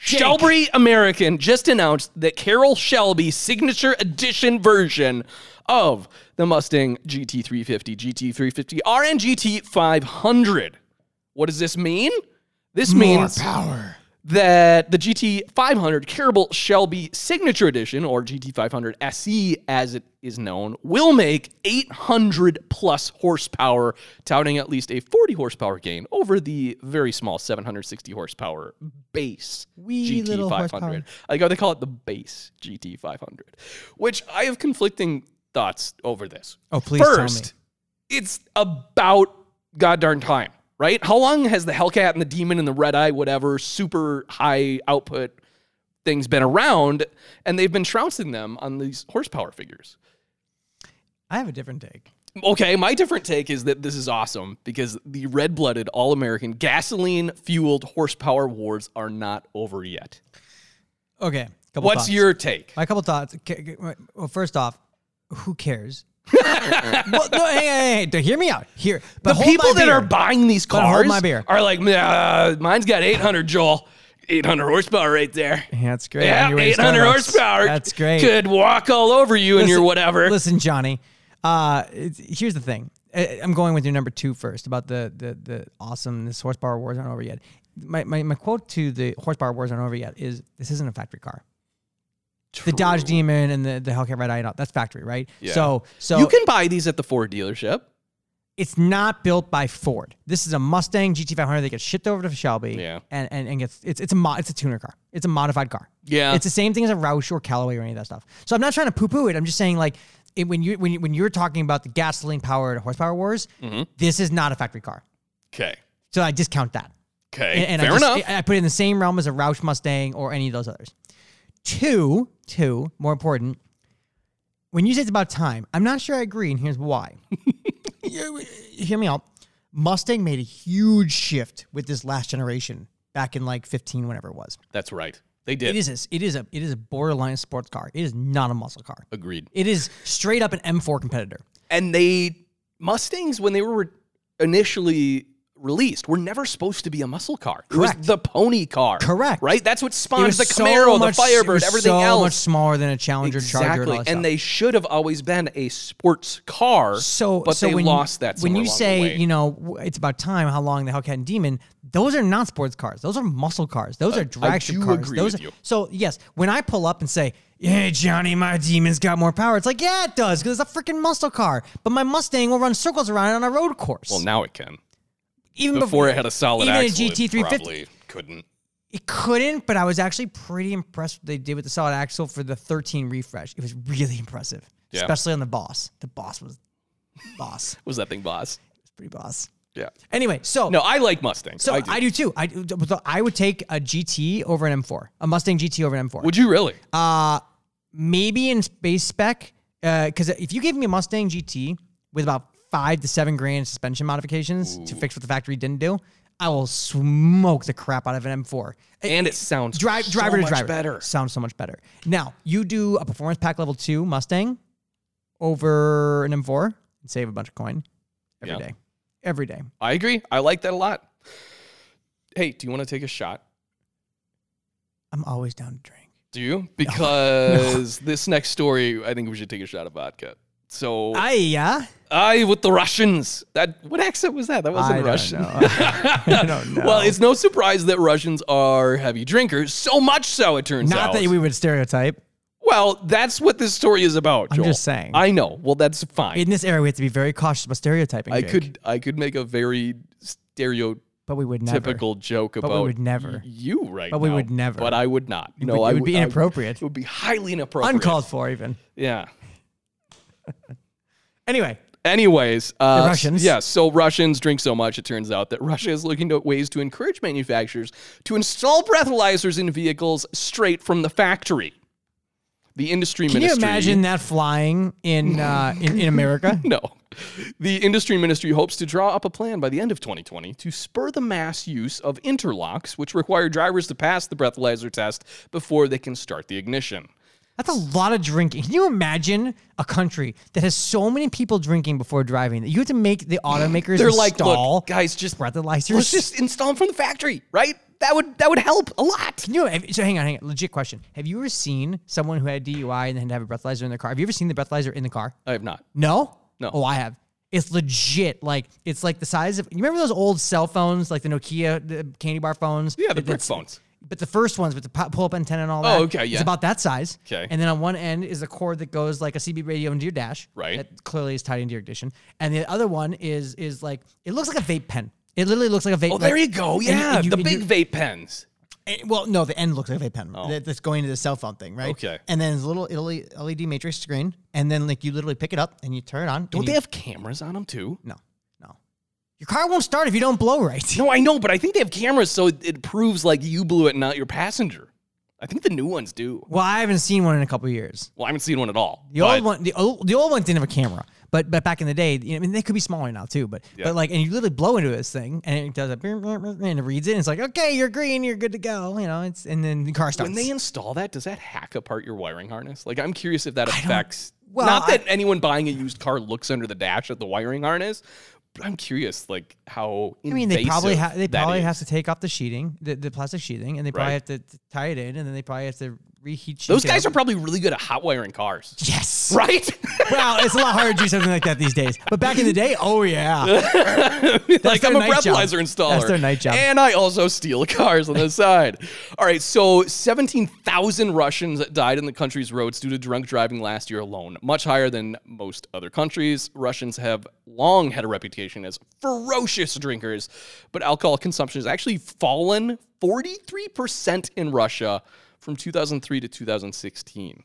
Shelby American just announced that Carol Shelby's signature edition version of the Mustang GT350, GT350R, and GT500. What does this mean? This means power. that the GT500 Carol Shelby Signature Edition, or GT500 SE E as it is known, will make 800 plus horsepower, touting at least a 40 horsepower gain over the very small 760 horsepower base Wee little horsepower. Like they call it the base GT500, which I have conflicting thoughts over this. Oh, please tell me. First, it's about goddamn time, right? How long has the Hellcat and the Demon and the Red Eye, whatever, super high output things been around? And they've been trouncing them on these horsepower figures. I have a different take. Okay, my different take is that this is awesome because the red blooded, all American, gasoline fueled horsepower wars are not over yet. Okay, couple What's thoughts. your take? (laughs) My couple thoughts. K- k- Well, first off, who cares? well, no, hey, hey, hey, hear me out. Here, but the hold my people that beer. are buying these But hold cars my beer. are like, "Nah, mine's got 800 Joel, 800 horsepower right there. Yeah, that's great. On Yeah, your way to 800 Starbucks. horsepower. That's great. Could walk all over you and your Listen- whatever. Listen, Johnny. Uh, it's, here's the thing. I, I'm going with your number two first about the the the awesome. This horsepower war's not over yet. My, my, my quote to the horsepower war's not over yet is this isn't a factory car. The Dodge Demon and the, the Hellcat Red Eye and all that's factory, right? Yeah. So so you can buy these at the Ford dealership. it's not built by Ford. This is a Mustang GT500 that gets shipped over to Shelby, Yeah. and, and and gets it's it's a mo- it's a tuner car. It's a modified car. Yeah. it's the same thing as a Roush or Callaway or any of that stuff. So I'm not trying to poo poo it. I'm just saying like it, when you when you, when you're talking about the gasoline powered horsepower wars, Mm-hmm. this is not a factory car. Okay. So I discount that. Okay. And, and Fair I just, enough. I I put it in the same realm as a Roush Mustang or any of those others. Two, two, more important. When you say it's about time, I'm not sure I agree, and (laughs) here's why. You- Hear me out. Mustang made a huge shift with this last generation back in like 15, whenever it was. That's right. They It did. is a, it is a it is a borderline sports car. It is not a muscle car. Agreed. It is straight up an M4 competitor. and they Mustangs when they were initially released were never supposed to be a muscle car. It Correct. was the pony car. Correct. Right? That's what It spawned the so Camaro, much- the it was Firebird, everything so else. much smaller than a Challenger, Charger, and all exactly. that stuff. And they should have always been a sports car. So, but so they when, lost that When somewhere you along say the way. you know w- it's about time, how long the Hellcat and Demon? Those are not sports cars. Those are muscle cars. Those are drag strip do cars. agree those with are- you. So yes, when I pull up and say, "Yeah, Johnny, my Demon's got more power," it's like, "Yeah, it does," because it's a freaking muscle car. But my Mustang will run circles around it on a road course. well, now it can. even Before it had a solid even a axle, it GT350 probably couldn't. it couldn't, but I was actually pretty impressed what they did with the solid axle for the 13 refresh. It was really impressive, Yeah. especially on the boss. The boss was boss. Was that thing boss? It's pretty boss. Yeah. Anyway, so No, I like Mustangs. So I I do. do, too. I but I would take a GT over an M4, a Mustang GT over an M4. Would you really? uh maybe in space spec, because if you gave me a Mustang GT with about five to seven grand suspension modifications to fix what the factory didn't do, I will smoke the crap out of an M4. It- and it sounds Drive, so driver to much driver better. sounds so much better. Now you do a performance pack level two Mustang over an M4 and save a bunch of coin every Yeah. day, every day. I agree. I like that a lot. Hey, do you want to take a shot? I'm always down to drink. Do you? (laughs) Because this next story, I think we should take a shot of vodka. So I, I yeah. with the Russians. That what accent was that? That wasn't I don't (laughs) Russian. know. I don't know. (laughs) (laughs) Well, it's no surprise that Russians are heavy drinkers. So much so, it turns not out. that we would stereotype. well, that's what this story is about. Joel. just saying. I know. Well, that's fine. In this area, we have to be very cautious about stereotyping. I Jake, could I could make a very stereotypical but we would never. joke we about would never. y- you right. But we now, would never. But I would not. No, would- I it would be I inappropriate. it would be highly inappropriate. uncalled for even. Yeah. Anyway, Anyways, uh, The Russians. Yeah, so Russians drink so much, it turns out that Russia is looking at ways to encourage manufacturers to install breathalyzers in vehicles straight from the factory. The industry can you ministry. imagine that flying in uh, in, (laughs) in America? No. The industry ministry hopes to draw up a plan by the end of 2020 to spur the mass use of interlocks, which require drivers to pass the breathalyzer test before they can start the ignition. That's a lot of drinking. Can you imagine a country that has so many people drinking before driving that you have to make the automakers They're like, install look, guys, just breathalyzers? let's just install them from the factory, right? That would that would help a lot. Can you? have- So hang on, hang on. Legit question: Have you ever seen someone who had DUI and then had to have a breathalyzer in their car? Have you ever seen the breathalyzer in the car? I have not. No. No. Oh, I have. It's legit. Like it's like the size of. You remember those old cell phones, like the Nokia the candy bar phones? Yeah, the brick That- that's- phones. But the first ones with the pull up antenna and all that. Oh, okay, It's yeah. about that size. Okay. And then on one end is a cord that goes like a CB radio into your dash. Right. That clearly is tied into your ignition. And the other one is is like it looks like a vape pen. It literally looks like a vape. Oh, there you go. you- Yeah, you- the and big you- vape pens. And- well, no, the end looks like a vape pen. that- That's going to the cell phone thing, right? Okay. And then it's a little LED LED matrix screen, and then like you literally pick it up and you turn it on. and Don't you- they have cameras on them too? No, no. Your car won't start if you don't blow right. (laughs) No, I know, but I think they have cameras, so it, it proves like you blew it, not your passenger. I think the new ones do. Well, I haven't seen one in a couple of years. Well, I haven't seen one at all. The but old one, the old, the old one didn't have a camera, But but back in the day, you know, I mean, they could be smaller now too. But Yeah. but like, and you literally blow into this thing, and it does a and it reads it. And it's like, okay, you're green, you're good to go. You know, it's and then the car starts. When they install that, does that hack apart your wiring harness? Like, I'm curious if that don't- affects. well, not I- that anyone buying a used car looks under the dash at the wiring harness, but I'm curious, like how. I mean, they probably ha- they that probably is. have to take off the sheeting, the, the plastic sheeting, and they probably Right. have to t- tie it in, and then they probably have to reheat. Those sheet it guys are up. probably really good at hot wiring cars, (laughs) yes. right? Wow, it's a lot harder to do something like that these days. But back in the day, oh yeah, like their I'm a night job. breathalyzer installer. That's their night job. And I also steal cars on (laughs) the side. All right, so 17,000 Russians died in the country's roads due to drunk driving last year alone, much higher than most other countries. Russians have long had a reputation as ferocious drinkers, but alcohol consumption has actually fallen 43% in Russia from 2003 to 2016.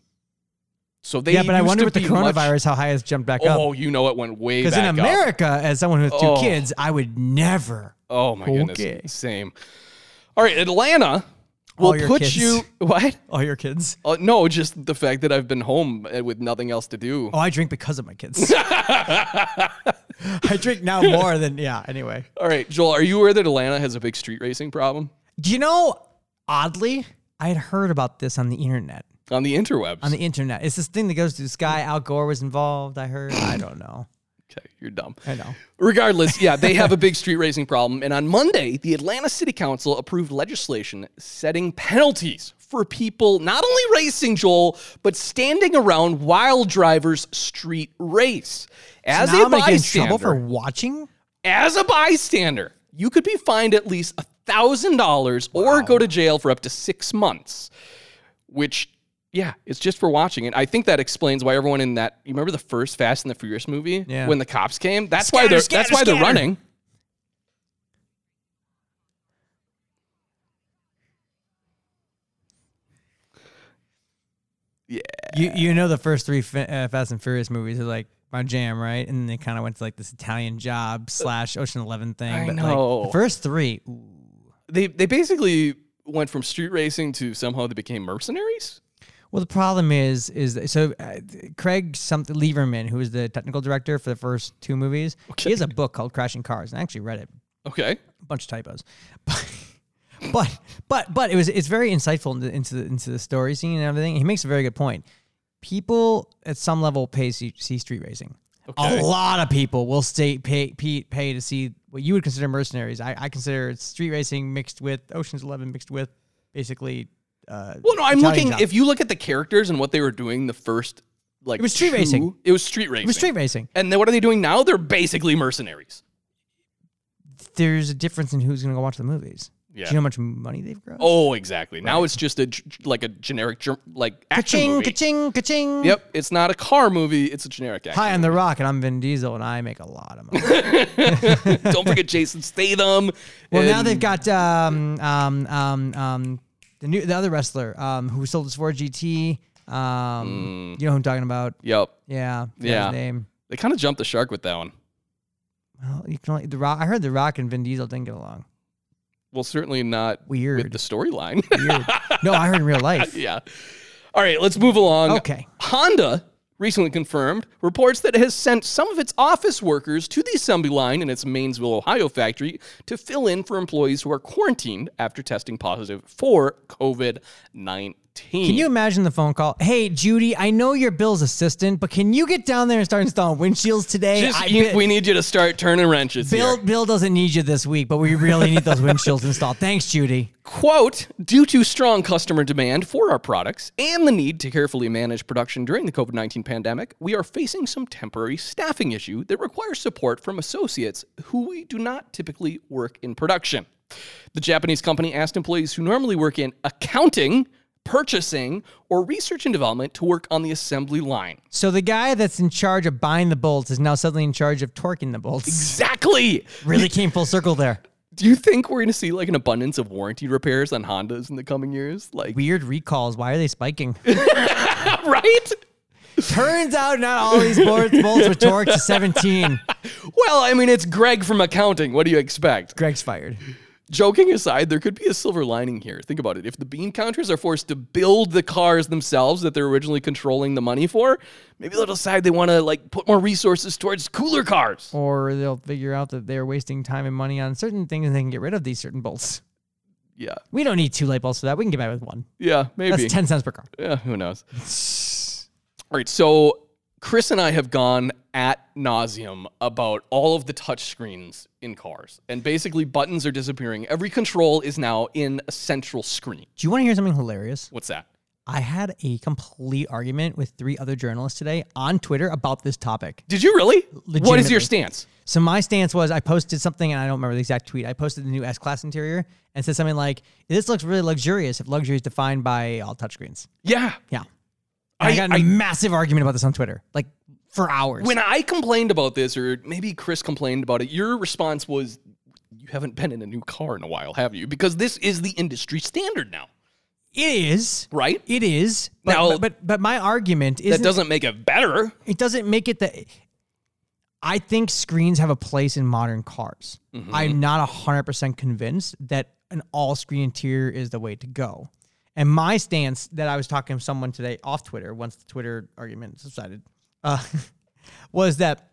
So they yeah. But I used wonder to with the be much- coronavirus how high it's jumped back up. Oh, you know it went way back Because in up. America, as someone with two Oh. kids, I would never. Oh my Okay. goodness. Same. All right, Atlanta will All your put kids. you (laughs) what? All Oh, your kids. Uh, no, just the fact that I've been home uh, with nothing else to do. Oh, I drink because of (laughs) my kids. I drink now more than yeah. Anyway, All right, Joel, are you aware that Atlanta has a big street racing problem do you know? Oddly, I had heard about this on the internet. on the interwebs? on the internet. It's this thing that goes to the sky. Al Gore was involved. I heard. I don't know. okay, you're dumb. I know. Regardless, yeah, they have a (laughs) big street racing problem. And on Monday, the Atlanta City Council approved legislation setting penalties for people not only racing, Joel, but standing around while drivers street race. As now a I'm gonna get in bystander, trouble for watching. as a bystander, you could be fined at least $1,000 or go to jail for up to six months, which, yeah, it's just for watching. And I think that explains why everyone in that, you remember the first Fast and the Furious movie? Yeah. When the cops came? That's why Scatter, they're, scatter, that's why they're scatter. running. You you know the first three fa- uh, Fast and Furious movies are like my jam, right? And they kind of went to like this Italian job slash Ocean Eleven thing. Uh, I but know. Like, the first three. ooh. They, they basically went from street racing to somehow they became mercenaries. Well, the problem is is that, so uh, Craig something Lieberman, who is the technical director for the first two movies, Okay. he has a book called Crashing Cars, and I actually read it. Okay. a bunch of typos, (laughs) but but but, but it was it's very insightful into into the, into the story scene and everything. He makes a very good point. People at some level pay see, see street racing. Okay. A lot of people will stay pay, pay pay to see what you would consider mercenaries. I, I consider it street racing mixed with Ocean's Eleven mixed with basically. Uh, Well, no, I'm Italian looking, job. if you look at the characters and what they were doing the first, like, it was street racing. It was street racing. it was street racing. And then what are they doing now? They're basically mercenaries. There's a difference in who's going to go watch the movies. Yeah. Do you know how much money they've grown? Oh, exactly. Now it's just a g- like a generic ger- like action ka-ching, movie. ka-ching, ka-ching. Yep, it's not a car movie. It's a generic action. Hi, I'm The Rock, and I'm Vin Diesel, and I make a lot of money. (laughs) Don't forget Jason Statham. Well, now and- they've got um, um, um, um, the new the other wrestler um, who sold his 4GT. Um, You know who I'm talking about? Yep, Yeah. forgot Mm. Yeah. His name. they kind of jumped the shark with that one. Well, you can only, the Rock. I heard the Rock and Vin Diesel didn't get along. Well, certainly not with Weird. the storyline. (laughs) Weird. no, I heard in real life. (laughs) yeah. All right, let's move along. Okay. Honda recently confirmed reports that it has sent some of its office workers to the assembly line in its Mainsville, Ohio factory to fill in for employees who are quarantined after testing positive for COVID 19. Can you imagine the phone call? Hey, Judy, I know you're Bill's assistant, but can you get down there and start installing windshields today? Just, I- you- Bi- we need you to start turning wrenches. here. Bill, Bill doesn't need you this week, but we really (laughs) need those windshields installed. Thanks, Judy. Quote, due to strong customer demand for our products and the need to carefully manage production during the COVID 19 pandemic, we are facing some temporary staffing issue that requires support from associates who we do not typically work in production. The Japanese company asked employees who normally work in accounting, purchasing, or research and development to work on the assembly line. So the guy that's in charge of buying the bolts is now suddenly in charge of torquing the bolts. Exactly. Really came full circle there. Do you think we're going to see like an abundance of warranty repairs on Hondas in the coming years? Like, Weird recalls. Why are they spiking? (laughs) (laughs) right? Turns out not all these bolts, bolts were torqued to 17. Well, I mean, it's Greg from accounting. What do you expect? Greg's fired. Joking aside, there could be a silver lining here. Think about it. If the bean counters are forced to build the cars themselves that they're originally controlling the money for, maybe they'll decide they want to like put more resources towards cooler cars. Or they'll figure out that they're wasting time and money on certain things and they can get rid of these certain bolts. Yeah. We don't need two light bulbs for that. We can get by with one. Yeah, maybe. That's 10 cents per car. Yeah, who knows? all right, so Chris and I have gone at nauseum about all of the touch screens in cars, and basically buttons are disappearing. Every control is now in a central screen. Do you want to hear something hilarious? What's that? I had a complete argument with three other journalists today on Twitter about this topic. Did you really? What is your Legitimately. stance? So my stance was I posted something and I don't remember the exact tweet. I posted the new S class interior and said something like, "This looks really luxurious if luxury is defined by all touchscreens." Yeah. Yeah, And I, I- got in a I- massive argument about this on Twitter, like for hours. When I complained about this, or maybe Chris complained about it, your response was, You haven't been in a new car in a while, have you? Because this is the industry standard now, it is, right? it is. But, Now- but, but but my argument is That doesn't make it better. it doesn't make it that I think screens have a place in modern cars. I'm not 100% convinced that an all screen interior is the way to go. And my stance that I was talking to someone today off Twitter, once the Twitter argument subsided, uh, (laughs) was that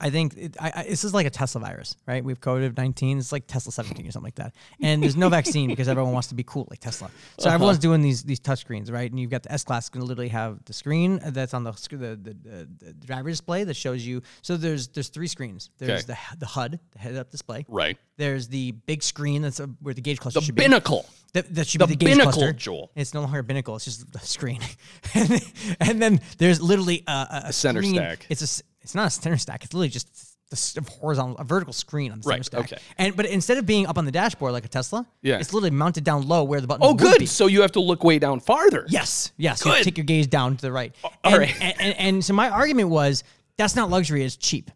I think it, I, I, this is like a Tesla virus, right? We've COVID 19. It's like Tesla 17 or something like that. And there's no vaccine because everyone wants to be cool like Tesla. So Uh-huh. everyone's doing these these touch screens, right? And you've got the S class going to literally have the screen that's on the sc- the, the, the, the driver display that shows you. So there's there's three screens. There's Okay. the h- the HUD, the head up display. Right. There's the big screen that's uh where the gauge cluster should be. Binnacle. That, that should The be the gauge binnacle, cluster. Joel. It's no longer a binnacle. It's just a screen. (laughs) and, then, and then there's literally a, a, a center screen. stack. It's a. s- It's not a center stack. It's literally just the s- horizontal, a vertical screen on the Right, center stack. okay. And but instead of being up on the dashboard like a Tesla, Yeah. it's literally mounted down low where the button. Oh, Be. good. So you have to look way down farther. Yes, yes. You Good. Uh, take your gaze down to the right. all and, right. And, and, and so my argument was that's not luxury. It's cheap.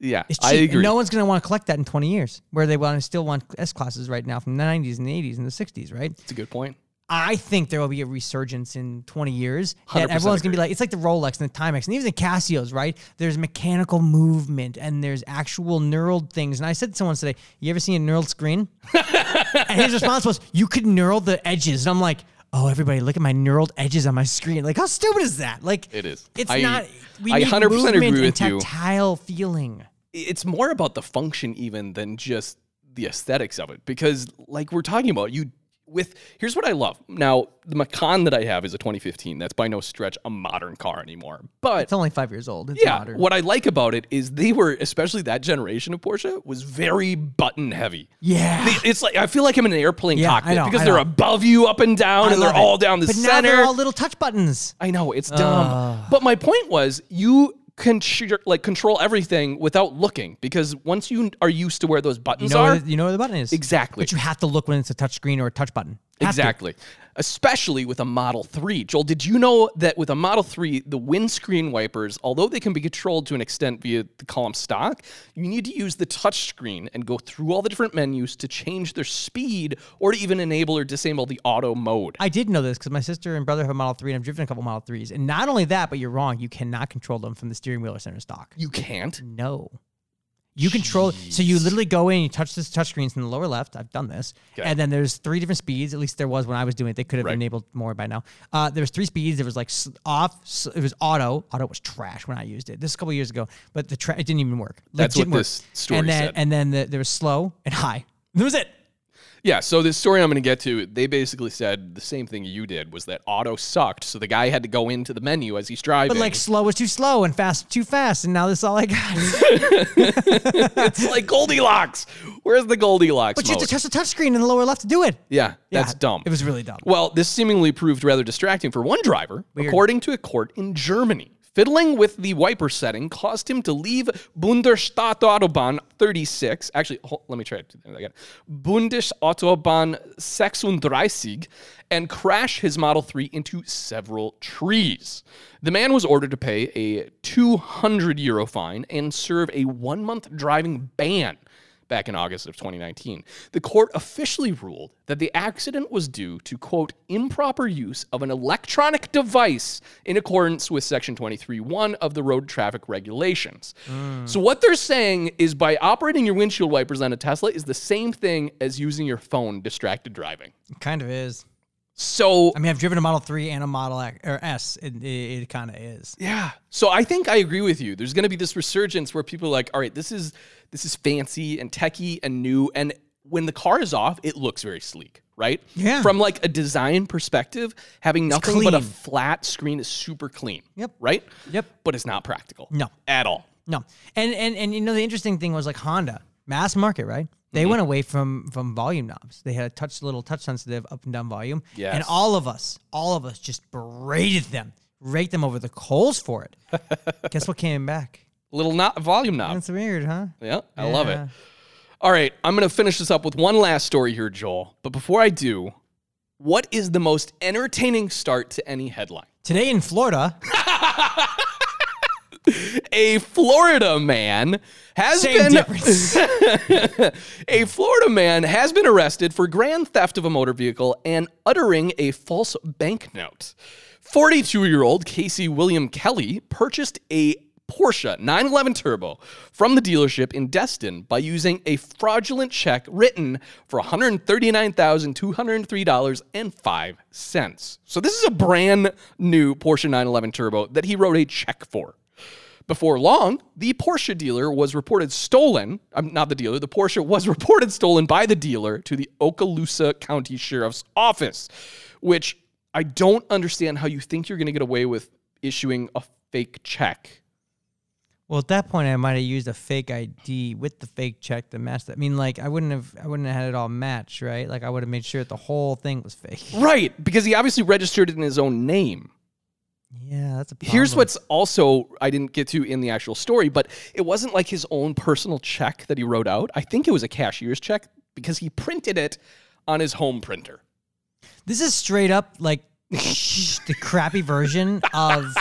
Yeah, It's cheap. I and agree. No one's going to want to collect that in 20 years, where they want to still want S classes right now from the 90s and the 80s and the 60s, right? That's a good point. I think there will be a resurgence in 20 years that 100% everyone's going to agree. be like, it's like the Rolex and the Timex and even the Casios, right? There's mechanical movement and there's actual knurled things. And I said to someone today, you ever seen a knurled (laughs) screen? and his response was, you could knurl the edges. And I'm like, oh, everybody, look at my knurled edges on my screen. Like, how stupid is that? Like, It is. It's I- not, we I need 100% movement agree and with you. tactile feeling. It's more about the function even than just the aesthetics of it because like we're talking about you with here's what I love. Now, the Macan that I have is a 2015. That's by no stretch a modern car anymore. But It's only five years old. It's yeah, modern. what I like about it is they were especially that generation of Porsche was very button heavy. Yeah. They- It's like I feel like I'm in an airplane Yeah, I cockpit know, because I they're know. above you up and down I and they're love it. all down the but center. now they're all little touch buttons. I know it's dumb, Ah. but my point was you can sh- like control everything without looking because once you are used to where those buttons You know, are, where the, you know where the button is. exactly, But you have to look when it's a touch screen or a touch button. Have to. exactly, especially with a Model Three. Joel, did you know that with a Model Three, the windscreen wipers, although they can be controlled to an extent via the column stock, you need to use the touch screen and go through all the different menus to change their speed or to even enable or disable the auto mode. I did know this because my sister and brother have a Model 3 and I've driven a couple Model 3s. And not only that, but you're wrong. You cannot control them from the steering wheel or center stock. you can't. No. You control, so you literally go in, you touch this touch screens in the lower left. I've done this, Okay. and then there's three different speeds. At least there was when I was doing it. They could have Right. enabled more by now. Uh, there was three speeds. There was like s- off. s- It was auto. Auto was trash when I used it. This is a couple years ago, but the tra- it didn't even work. Like, That's what didn't work. this story and then, said. And then the, there was slow and high. That was it. Yeah, so this story I'm going to get to, they basically said the same thing you did was that auto sucked, so the guy had to go into the menu as he's driving. But like slow was too slow and fast too fast, and now this is all I got. but it's (laughs) like Goldilocks. Where's the Goldilocks you have to mode? touch the touchscreen in the lower left to do it. yeah, Yeah, that's dumb. It was really dumb. well, this seemingly proved rather distracting for one driver, according to a court in Germany. Fiddling with the wiper setting caused him to leave Bundesstaat Autobahn 36. Actually, hol- let me try it again. Bundesautobahn 36 and crash his Model 3 into several trees. The man was ordered to pay a 200 euro fine and serve a one month driving ban. back in August of 2019. The court officially ruled that the accident was due to, quote, improper use of an electronic device in accordance with Section 23.1 of the road traffic regulations. So, what they're saying is by operating your windshield wipers on a Tesla is the same thing as using your phone distracted driving. It kind of is. So, I mean, I've driven a Model 3 and a Model X, or S. It, it, it kind of is. Yeah. So I think I agree with you. There's going to be this resurgence where people are like, all right, this is this is fancy and techie and new, and when the car is off, it looks very sleek, right? Yeah. From like a design perspective, having nothing but a clean. flat screen is super clean. Yep. Right. Yep. But it's not practical. No. At all. No, and and and you know the interesting thing was like Honda mass market, right? They went away from from volume knobs. They had a touch little touch sensitive up and down volume, and Yes. all of us, all of us, just berated them, raked them over the coals for it. Guess what came back? Little not volume knob. That's weird, huh? Yeah, I love it. Yeah. All right, I'm going to finish this up with one last story here, Joel. But before I do, what is the most entertaining start to any headline? Today in Florida, a Florida man has Same been difference. (laughs) a Florida man has been arrested for grand theft of a motor vehicle and uttering a false banknote. 42-year-old Casey William Kelly purchased a Porsche 911 Turbo from the dealership in Destin by using a fraudulent check written for $139,203.05. So this is a brand new Porsche 911 Turbo that he wrote a check for. Before long, the Porsche dealer was reported stolen. I'm not the dealer. The Porsche was (laughs) reported stolen by the dealer to the Okaloosa County Sheriff's Office, which I don't understand how you think you're going to get away with issuing a fake check. well, at that point, I might have used a fake ID with the fake check to match that. I mean, like I wouldn't have, I wouldn't have had it all match, right? Like I would have made sure that the whole thing was fake. Right, because he obviously registered it in his own name. Yeah, that's a problem. Here's what's also I didn't get to in the actual story, but it wasn't like his own personal check that he wrote out. I think it was a cashier's check because he printed it on his home printer. This is straight up (laughs) like the crappy version of.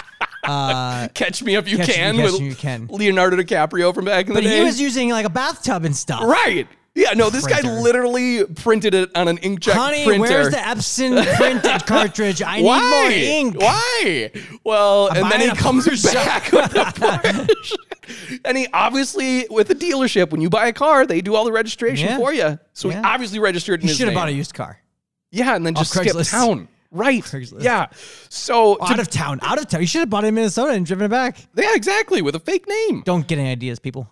Uh, Catch me if you Catch Me- can Catch with Me If You Can. Leonardo DiCaprio from back in but the day. he was using like a bathtub and stuff. right. Yeah, no, this guy Printer. literally printed it on an inkjet Honey, printer. where's the Epson (laughs) printed cartridge? I need Why? more ink. Why? Well, and then buying he a comes back with (laughs) the Porsche. and he obviously, with a dealership, when you buy a car, they do all the registration Yeah. for you. So he Yeah. obviously registered in You his should have name. bought a used car. Yeah, and then just skipped Craigslist. town. Right. Craigslist. Yeah. So, to- Out of town. Out of town. You should have bought it in Minnesota and driven it back. yeah, exactly, with a fake name. Don't get any ideas, people.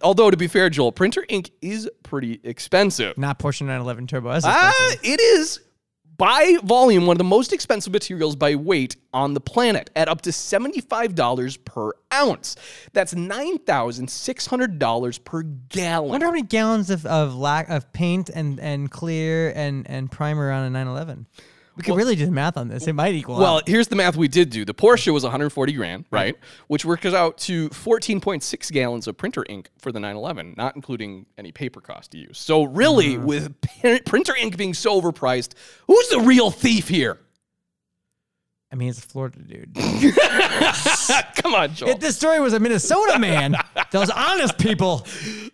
Although, to be fair, Joel, printer ink is pretty expensive. Not Porsche 911 Turbo. That's Ah, expensive. it is by volume one of the most expensive materials by weight on the planet at up to $75 per ounce. That's $9,600 per I gallon. wonder how many gallons of, of lack of paint and, and clear and, and primer on a 911. We could really do the math on this. It might equal Well, out. here's the math we did do. The Porsche was 140 grand, right? Which works out to 14.6 gallons of printer ink for the 911, not including any paper cost to use. So really, with pr- printer ink being so overpriced, who's the real thief here? (laughs) I mean, it's a Florida dude. (laughs) Come on, Joel. If this story was a Minnesota man, those honest people.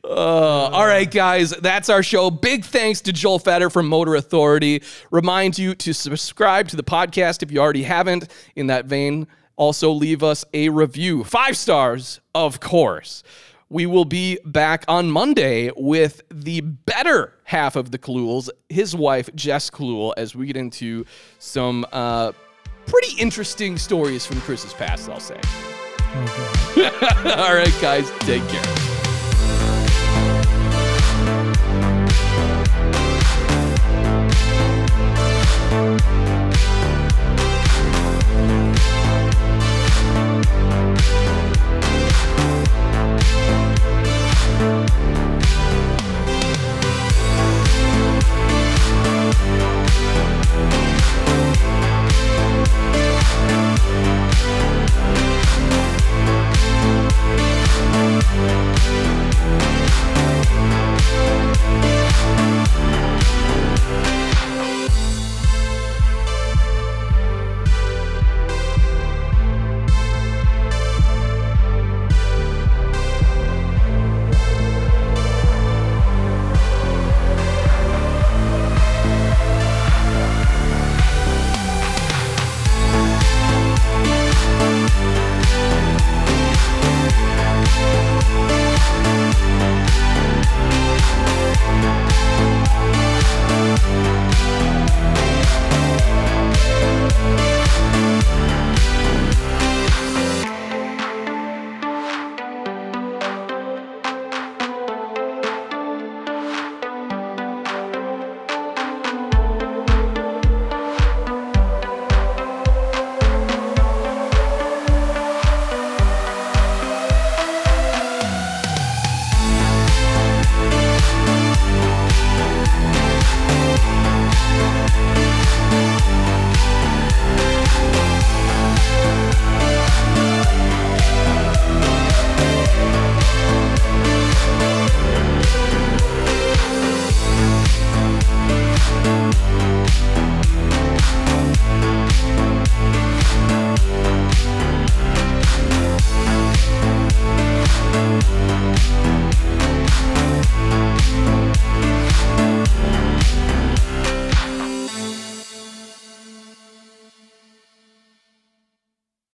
Uh, all right, guys, that's our show. Big thanks to Joel Fetter from Motor Authority. Remind you to subscribe to the podcast if you already haven't. In that vein, also leave us a review. Five stars, of course. We will be back on Monday with the better half of the Klules, his wife, Jess Klul, as we get into some uh, pretty (laughs) interesting stories from Chris's past, I'll say. all right, guys, take care.